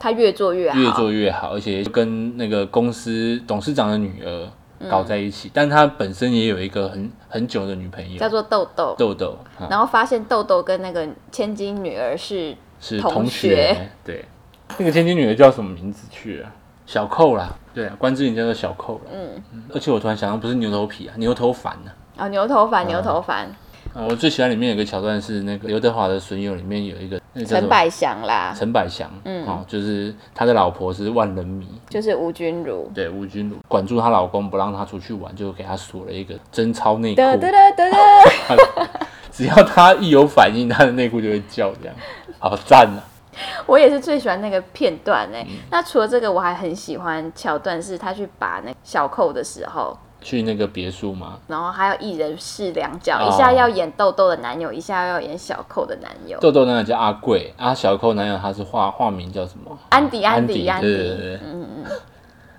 Speaker 2: 他越做越好，
Speaker 3: 越做越好，而且跟那个公司董事长的女儿搞在一起，但他本身也有一个很很久的女朋
Speaker 2: 嗯叫
Speaker 3: 友
Speaker 2: 做豆豆。
Speaker 3: 豆豆，啊哈
Speaker 2: 然后发现豆豆跟那个千金女儿是
Speaker 3: 是
Speaker 2: 同
Speaker 3: 同
Speaker 2: 学
Speaker 3: 对，那个千金女儿叫什么名字去啊？小寇啦，对啊，关之琳叫做小寇啦。嗯，而且我突然想到，不是牛头皮啊，牛头凡啊。
Speaker 2: 啊、牛头凡，牛头凡，
Speaker 3: 啊我最喜欢里面有一个桥段是那个刘德华的损友里面有一个那叫什
Speaker 2: 陈
Speaker 3: 么
Speaker 2: 百祥啦，
Speaker 3: 陈百祥，嗯，哦，就是他的老婆是万人迷，
Speaker 2: 就是吴君如。
Speaker 3: 对，吴君如管住她老公不让她出去玩，就给她锁了一个贞操内裤，
Speaker 2: 得得得得得，
Speaker 3: 只要她一有反应，她的内裤就会叫，这样，好赞啊！
Speaker 2: 我也是最喜欢那个片段哎、
Speaker 3: 嗯
Speaker 2: 那除了这个，我还很喜欢桥段是他去把那小扣的时候，
Speaker 3: 去那个别墅嘛，
Speaker 2: 然后还有一人试两角，
Speaker 3: 哦
Speaker 2: 一下要演豆豆的男友，一下要演小扣的男友。
Speaker 3: 豆豆男友叫阿贵，啊，小扣男友他是化化名叫什么？
Speaker 2: 安迪，安
Speaker 3: 迪，
Speaker 2: 迪，安
Speaker 3: 对对
Speaker 2: 迪，
Speaker 3: 对，嗯嗯。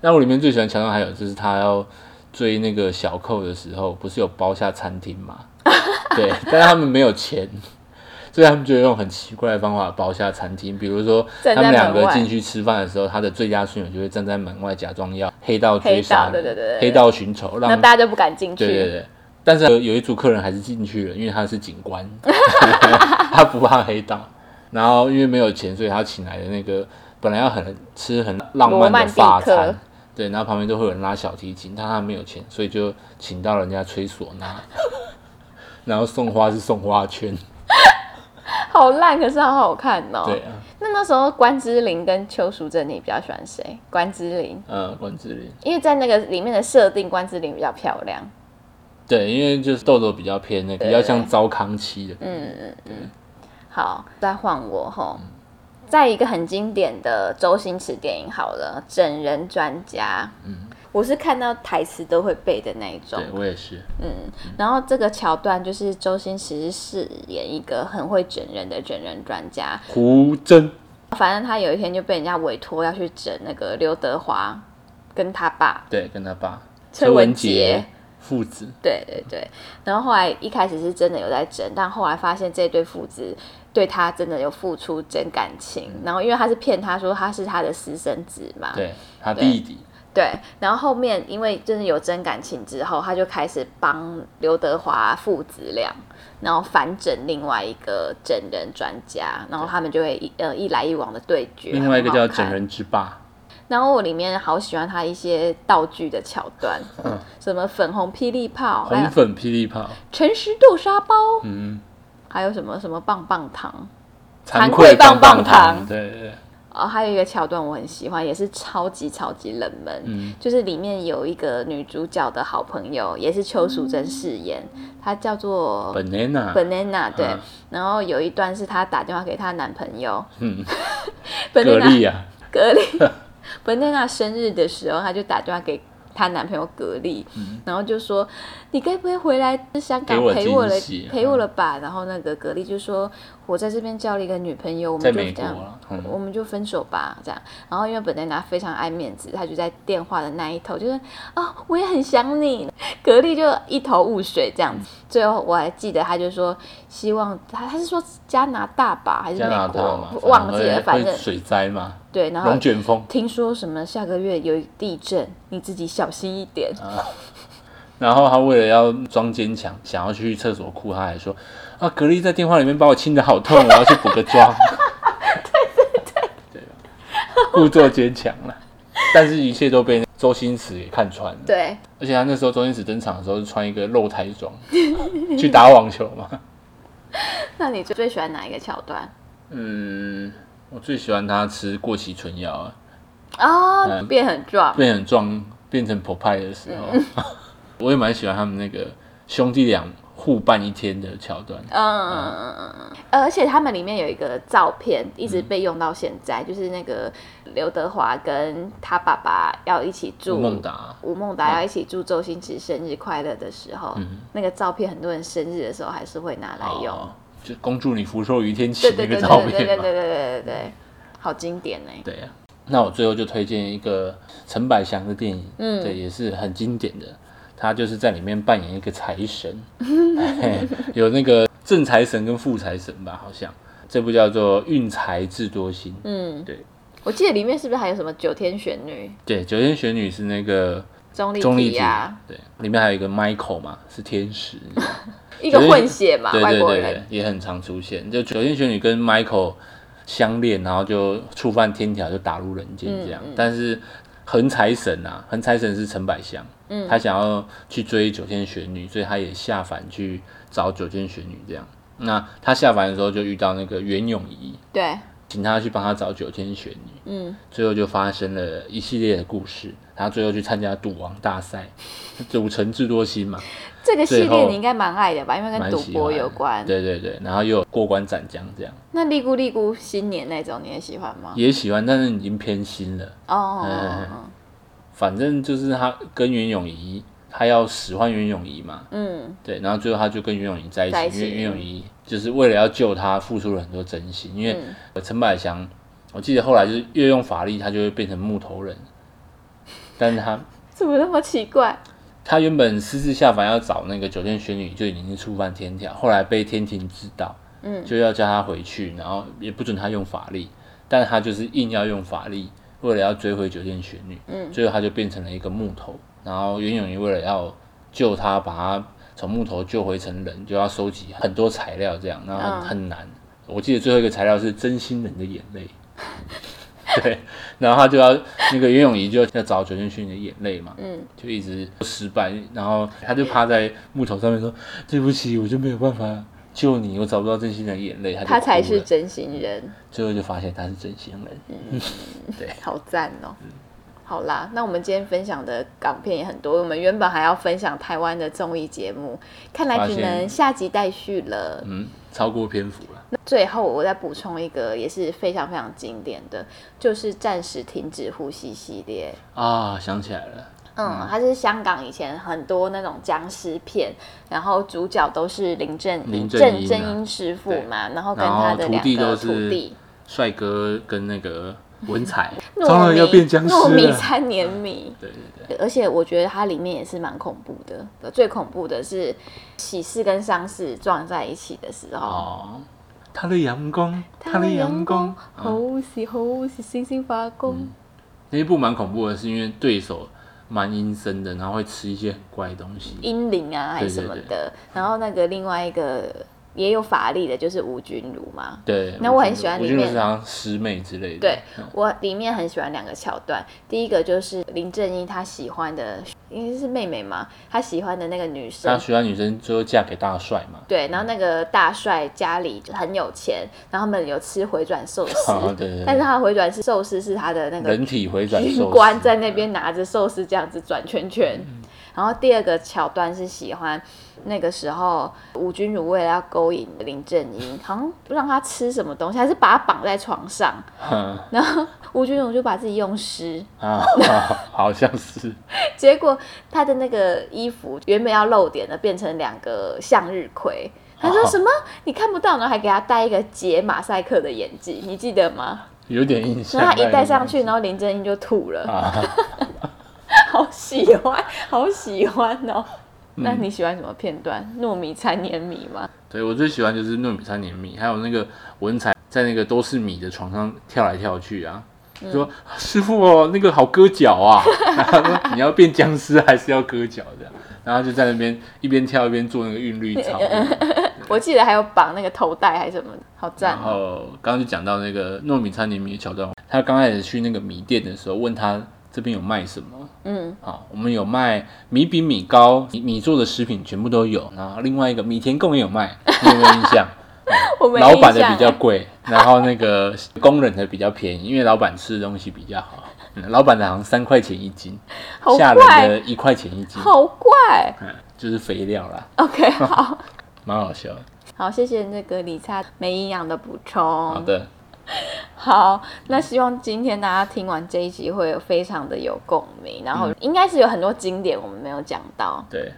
Speaker 3: 那我里面最喜欢强调还有就是他要追那个小扣的时候，不是有包下餐厅嘛？ 对，但是他们没有钱，所以他们就用很奇怪的方法包下餐厅，比如说
Speaker 2: 站在
Speaker 3: 他们两个
Speaker 2: 门外
Speaker 3: 进去吃饭的时候，他的最佳损友就会站在门外假装要黑道
Speaker 2: 黑
Speaker 3: 追
Speaker 2: 道
Speaker 3: 杀人，
Speaker 2: 对对对对对
Speaker 3: 黑道寻仇，让
Speaker 2: 那大家就不敢进去。
Speaker 3: 对对对。但是有一组客人还是进去了，因为他是警官， 他不怕黑道。然后因为没有钱，所以他请来的那个本来要很吃很浪漫的法
Speaker 2: 罗曼蒂
Speaker 3: 餐
Speaker 2: 克，
Speaker 3: 对，然后旁边都会有人拉小提琴，但他没有钱，所以就请到人家吹唢呐， 然后送花是送花圈，
Speaker 2: 好烂，可是好好看哦。
Speaker 3: 对啊，
Speaker 2: 那那时候关之琳跟邱淑贞，你比较喜欢谁？关之琳，
Speaker 3: 呃，关之琳，
Speaker 2: 因为在那个里面的设定，关之琳比较漂亮。
Speaker 3: 对，因为就是豆豆比较偏那个，比较像糟糠妻的，
Speaker 2: 嗯好，再换我吼。在一个很经典的周星驰电影好了，《整人专家》。我是看到台词都会背的那一种
Speaker 3: 对。我也是，
Speaker 2: 然后这个桥段就是周星驰饰演一个很会整人的整人专家，
Speaker 3: 胡真，
Speaker 2: 反正他有一天就被人家委托要去整那个刘德华跟他爸。
Speaker 3: 对，跟他爸
Speaker 2: 崔
Speaker 3: 崔
Speaker 2: 文
Speaker 3: 文
Speaker 2: 杰
Speaker 3: 杰父子，
Speaker 2: 对对对，然后后来一开始是真的有在整，但后来发现这对父子对他真的有付出真感情，然后因为他是骗他说他是他的私生子嘛，
Speaker 3: 嗯对他
Speaker 2: 对
Speaker 3: 弟弟，
Speaker 2: 对，然后后面因为真的有真感情之后，他就开始帮刘德华父子俩，然后反整另外一个整人专家，然后他们就会一呃一来一往的对决。
Speaker 3: 另外一个
Speaker 2: 很好
Speaker 3: 叫
Speaker 2: 看
Speaker 3: 整，人之霸，
Speaker 2: 然后我里面好喜欢他一些道具的桥段，什么粉红霹雳炮，还有
Speaker 3: 嗯红粉霹雳炮，
Speaker 2: 诚实豆沙包，
Speaker 3: 嗯，
Speaker 2: 还有什么什么棒棒糖。
Speaker 3: 惭
Speaker 2: 哎愧棒
Speaker 3: 棒
Speaker 2: 棒
Speaker 3: 糖，
Speaker 2: 糖
Speaker 3: 对对对，
Speaker 2: 哦，还有一个桥段我很喜欢，也是超级超级冷门，
Speaker 3: 嗯
Speaker 2: 就是里面有一个女主角的好朋友，也是邱淑贞饰演，她叫做
Speaker 3: banana，
Speaker 2: Banana，对。
Speaker 3: 嗯
Speaker 2: 然后有一段是她打电话给她男朋 友，
Speaker 3: 嗯，蛤
Speaker 2: Banana
Speaker 3: 蜊啊，
Speaker 2: 格力 ，Banana 生日的时候，她就打电话给。她男朋友格力，然后就说：“你该不会回来香港
Speaker 3: 嗯给我
Speaker 2: 陪我了
Speaker 3: 惊喜啊
Speaker 2: 陪我了吧？”然后那个格力就说：“我在这边交了一个女朋友，我们
Speaker 3: 在
Speaker 2: 就
Speaker 3: 美
Speaker 2: 这
Speaker 3: 国
Speaker 2: 样
Speaker 3: 啊，嗯，
Speaker 2: 我们就分手吧，这样。然后因为本来娜非常爱面子，她就在电话的那一头就是啊、我也很想你。格力就一头雾水这样子。最后我还记得，她就说希望她她是说加拿大吧还是
Speaker 3: 加拿
Speaker 2: 美
Speaker 3: 大嘛哎
Speaker 2: 国，，忘记了，
Speaker 3: 会
Speaker 2: 反正
Speaker 3: 会水灾嘛，
Speaker 2: 对。然后
Speaker 3: 龙卷风
Speaker 2: 听说什么下个月有地震，你自己小心一点。
Speaker 3: 啊。然后他为了要装坚强，想要去厕所哭，他还说：“啊，格力在电话里面把我亲的好 痛，我要去补个妆。”对对对，故作坚强了，但是一切都被周星驰给看穿了。
Speaker 2: 对，
Speaker 3: 而且他那时候周星驰登场的时候是穿一个露台 装去打网球嘛。
Speaker 2: 那你最最喜欢哪一个桥段？
Speaker 3: 嗯，我最喜欢他吃过期春药啊，
Speaker 2: 哦，
Speaker 3: 嗯
Speaker 2: 变很壮，
Speaker 3: 变很壮，变成 p o p e 的时
Speaker 2: 嗯
Speaker 3: 候， 我也蛮喜欢他们那个兄弟俩互伴一天的桥段。
Speaker 2: 嗯嗯嗯嗯嗯，呃而且他们里面有一个照片一直被用到现在，就是那个刘德华跟他爸爸要一起
Speaker 3: 吴
Speaker 2: 住
Speaker 3: 孟达，
Speaker 2: 吴孟达要一起祝周星驰生日快乐的时候，那个照片很多人生日的时候还是会拿来用。
Speaker 3: 嗯哦，就恭祝你福寿与天齐
Speaker 2: 哎对对
Speaker 3: 那个
Speaker 2: 对对
Speaker 3: 照
Speaker 2: 对对对对
Speaker 3: 片嘛。
Speaker 2: 对对对对，好经典哎、
Speaker 3: 对呀、啊那我最后就推荐一个陈百祥的电影，
Speaker 2: 嗯
Speaker 3: 对，也是很经典的。他就是在里面扮演一个财 神，嘿有那个正财神跟副财神吧，好像这部叫做《运财智多星》。
Speaker 2: 嗯，
Speaker 3: 对
Speaker 2: 我记得里面是不是还有什么九天玄女、
Speaker 3: 对，九天玄女是那个
Speaker 2: 钟丽
Speaker 3: 钟丽
Speaker 2: 缇啊
Speaker 3: 缇
Speaker 2: 呀，，
Speaker 3: 对，里面还有一个 Michael 嘛，是天使，
Speaker 2: 一个
Speaker 3: 九天
Speaker 2: 混血嘛，
Speaker 3: 对
Speaker 2: 外
Speaker 3: 对
Speaker 2: 国
Speaker 3: 对
Speaker 2: 人。
Speaker 3: 对，也很常出现。就九天玄女跟 Michael 相恋，然后就触犯天条，就打入人间这
Speaker 2: 嗯
Speaker 3: 样。但是横财神啊，横财神是陈百祥，
Speaker 2: 嗯
Speaker 3: 他想要去追九天玄女，所以他也下凡去找九天玄女这样。那他下凡的时候就遇到那个袁咏仪，
Speaker 2: 对，
Speaker 3: 请他去帮他找九天玄女，
Speaker 2: 嗯，
Speaker 3: 最后就发生了一系列的故事。他最后去参加赌王大赛， 赌城智多星嘛，
Speaker 2: 这个系
Speaker 3: 最
Speaker 2: 列
Speaker 3: 后
Speaker 2: 你应该蛮爱的吧？因为跟
Speaker 3: 蛮
Speaker 2: 赌
Speaker 3: 喜
Speaker 2: 博
Speaker 3: 欢的
Speaker 2: 有关。
Speaker 3: 对对对，然后又有过关斩将这样，
Speaker 2: 那利姑利姑新年那种你也喜欢吗？
Speaker 3: 也喜欢，但是已经偏心了。
Speaker 2: 哦，
Speaker 3: 嗯反正就是他跟袁咏仪，他要使唤袁咏仪嘛，
Speaker 2: 嗯，
Speaker 3: 对，然后最后他就跟袁咏仪在一起，
Speaker 2: 在一起
Speaker 3: 因为袁咏仪就是为了要救他，付出了很多真心。因为
Speaker 2: 嗯
Speaker 3: 陈百祥，我记得后来就是越用法力，他就会变成木头人，但是他
Speaker 2: 怎么那么奇怪？
Speaker 3: 他原本私自下凡要找那个九天玄女，就已经是触犯天条，后来被天庭知道，
Speaker 2: 嗯，
Speaker 3: 就要叫他回去，然后也不准他用法力，但他就是硬要用法力，为了要追回九天玄女，嗯，最后他就变成了一个木头，然后袁咏仪为了要救他，把他从木头救回成人，就要收集很多材料，这样，然后
Speaker 2: 嗯
Speaker 3: 很很难。我记得最后一个材料是真心人的眼泪。 对，然后他就要那个袁咏仪就要找九天玄女的眼泪嘛，
Speaker 2: 嗯，
Speaker 3: 就一直失败，然后他就趴在木头上面说：“对不起，我就没有办法救你，我找不到真心人的眼泪。”他就
Speaker 2: 他才
Speaker 3: 哭
Speaker 2: 是
Speaker 3: 了
Speaker 2: 真心人，
Speaker 3: 最后就发现他是真心人。
Speaker 2: 好赞哦。
Speaker 3: 嗯
Speaker 2: 好啦，那我们今天分享的港片也很多，我们原本还要分享台湾的综艺节目，看来
Speaker 3: 发
Speaker 2: 只
Speaker 3: 现
Speaker 2: 能下集待续了。
Speaker 3: 嗯，超过篇幅了。
Speaker 2: 最后我再补充一个也是非常非常经典的，就是暂时停止呼吸系列。
Speaker 3: 啊，想起来了，
Speaker 2: 嗯，它是香港以前很多那种僵尸片，然后主角都是林正
Speaker 3: 林正
Speaker 2: 郑
Speaker 3: 英啊
Speaker 2: 正英师傅嘛，然后跟
Speaker 3: 然后
Speaker 2: 他的
Speaker 3: 徒
Speaker 2: 两
Speaker 3: 弟
Speaker 2: 个
Speaker 3: 都
Speaker 2: 徒
Speaker 3: 是
Speaker 2: 弟，，
Speaker 3: 帅哥跟那个文采
Speaker 2: 糯
Speaker 3: 当然
Speaker 2: 米
Speaker 3: 要变僵
Speaker 2: 糯
Speaker 3: 尸
Speaker 2: 米
Speaker 3: 了。
Speaker 2: 三年米。
Speaker 3: 对对对，
Speaker 2: 而且我觉得它里面也是蛮恐怖的，最恐怖的是喜事跟丧事撞在一起的时候，
Speaker 3: 哦，他的阳光，他的阳光，嗯
Speaker 2: 好是好是星星发光。
Speaker 3: 那一部蛮恐怖的，是因为对手蛮阴森的，然后会吃一些很怪的东西。
Speaker 2: 阴灵啊还是什么的。
Speaker 3: 对
Speaker 2: 然后那个另外一个也有法力的，就是吴君如嘛。
Speaker 3: 对，
Speaker 2: 那我很喜欢
Speaker 3: 我
Speaker 2: 里
Speaker 3: 觉得
Speaker 2: 面
Speaker 3: 是好像师妹之类的。嗯
Speaker 2: 对我里面很喜欢两个桥段，第一个就是林正英他喜欢的，应该是妹妹嘛，他喜欢的那个女
Speaker 3: 那
Speaker 2: 生。
Speaker 3: 喜欢女生最后嫁给大帅嘛？
Speaker 2: 对，然后那个大帅家里就很有钱，然后他们有吃回转寿司，
Speaker 3: 啊对对对
Speaker 2: 但是他的回转是寿司是他的那个
Speaker 3: 人体回转
Speaker 2: 军
Speaker 3: 寿
Speaker 2: 官
Speaker 3: 司，嗯
Speaker 2: 在那边拿着寿司这样子转圈圈。然后第二个桥段是喜欢那个时候吴君如为了要勾引林正英，好像不让他吃什么东西，还是把他绑在床 上，
Speaker 3: 哼
Speaker 2: 然后吴君如就把自己用湿，
Speaker 3: 啊， 好像是
Speaker 2: 结果他的那个衣服原本要露点的变成两个向日葵。他说
Speaker 3: 哦
Speaker 2: 什么？你看不到，然后还给他戴一个解马赛克的眼镜，你记得吗？
Speaker 3: 有点印象。
Speaker 2: 然后他一戴上去，然后林正英就吐了。
Speaker 3: 啊，
Speaker 2: 好喜欢，好喜欢哦。
Speaker 3: 嗯
Speaker 2: 那你喜欢什么片段？糯米掺黏米吗？
Speaker 3: 对我最喜欢就是糯米三年米，还有那个文采在那个都是米的床上跳来跳去啊。说师傅哦，那个好割脚啊！ 然后他说你要变僵尸还是要割脚这样，然后就在那边一边跳一边做那个韵律操。
Speaker 2: 我记得还有绑那个头带还是什么，好赞
Speaker 3: 然
Speaker 2: 哦！
Speaker 3: 后刚刚就讲到那个糯米餐里面的桥段，他刚开始去那个米店的时候，问他这边有卖什么，
Speaker 2: 嗯，
Speaker 3: 好，我们有卖米饼、米糕、米米做的食品全部都有，然后另外一个米田共也有卖，你有没有印象？
Speaker 2: 我没
Speaker 3: 老板
Speaker 2: 印
Speaker 3: 的
Speaker 2: 象
Speaker 3: 比较
Speaker 2: 哎
Speaker 3: 贵，然后那个工人的比较便宜，因为老板吃的东西比较好。嗯老板的好像三块钱一斤，
Speaker 2: 好
Speaker 3: 下
Speaker 2: 怪
Speaker 3: 人的一块钱一斤，
Speaker 2: 好怪。
Speaker 3: 嗯，就是肥料啦，
Speaker 2: OK，好
Speaker 3: 蛮好笑的。
Speaker 2: 好，谢谢那个理查没营养的补充。
Speaker 3: 好的，
Speaker 2: 好，那希望今天大家听完这一集会有非常的有共鸣，然后应该是有很多经典我们没有讲到。
Speaker 3: 对，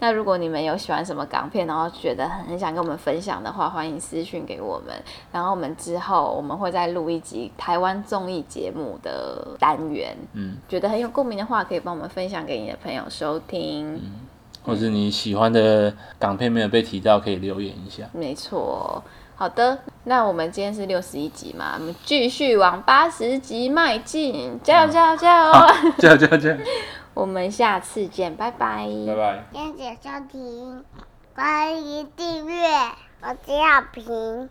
Speaker 2: 那如果你们有喜欢什么港片，然后觉得很很想跟我们分享的话，欢迎私讯给我们。然后我们之后我们会再录一集台湾综艺节目的单元，
Speaker 3: 嗯，
Speaker 2: 觉得很有共鸣的话，可以帮我们分享给你的朋友收听。
Speaker 3: 或是你喜欢的港片没有被提到，可以留言一下。
Speaker 2: 没错，好的，那我们今天是六十一集嘛，我们继续往八十集迈进，加油加油加油！
Speaker 3: 这样这样这样，
Speaker 2: 我们下次见，拜拜。
Speaker 3: 拜拜。
Speaker 1: 谢谢收听，欢迎订阅，我是小平。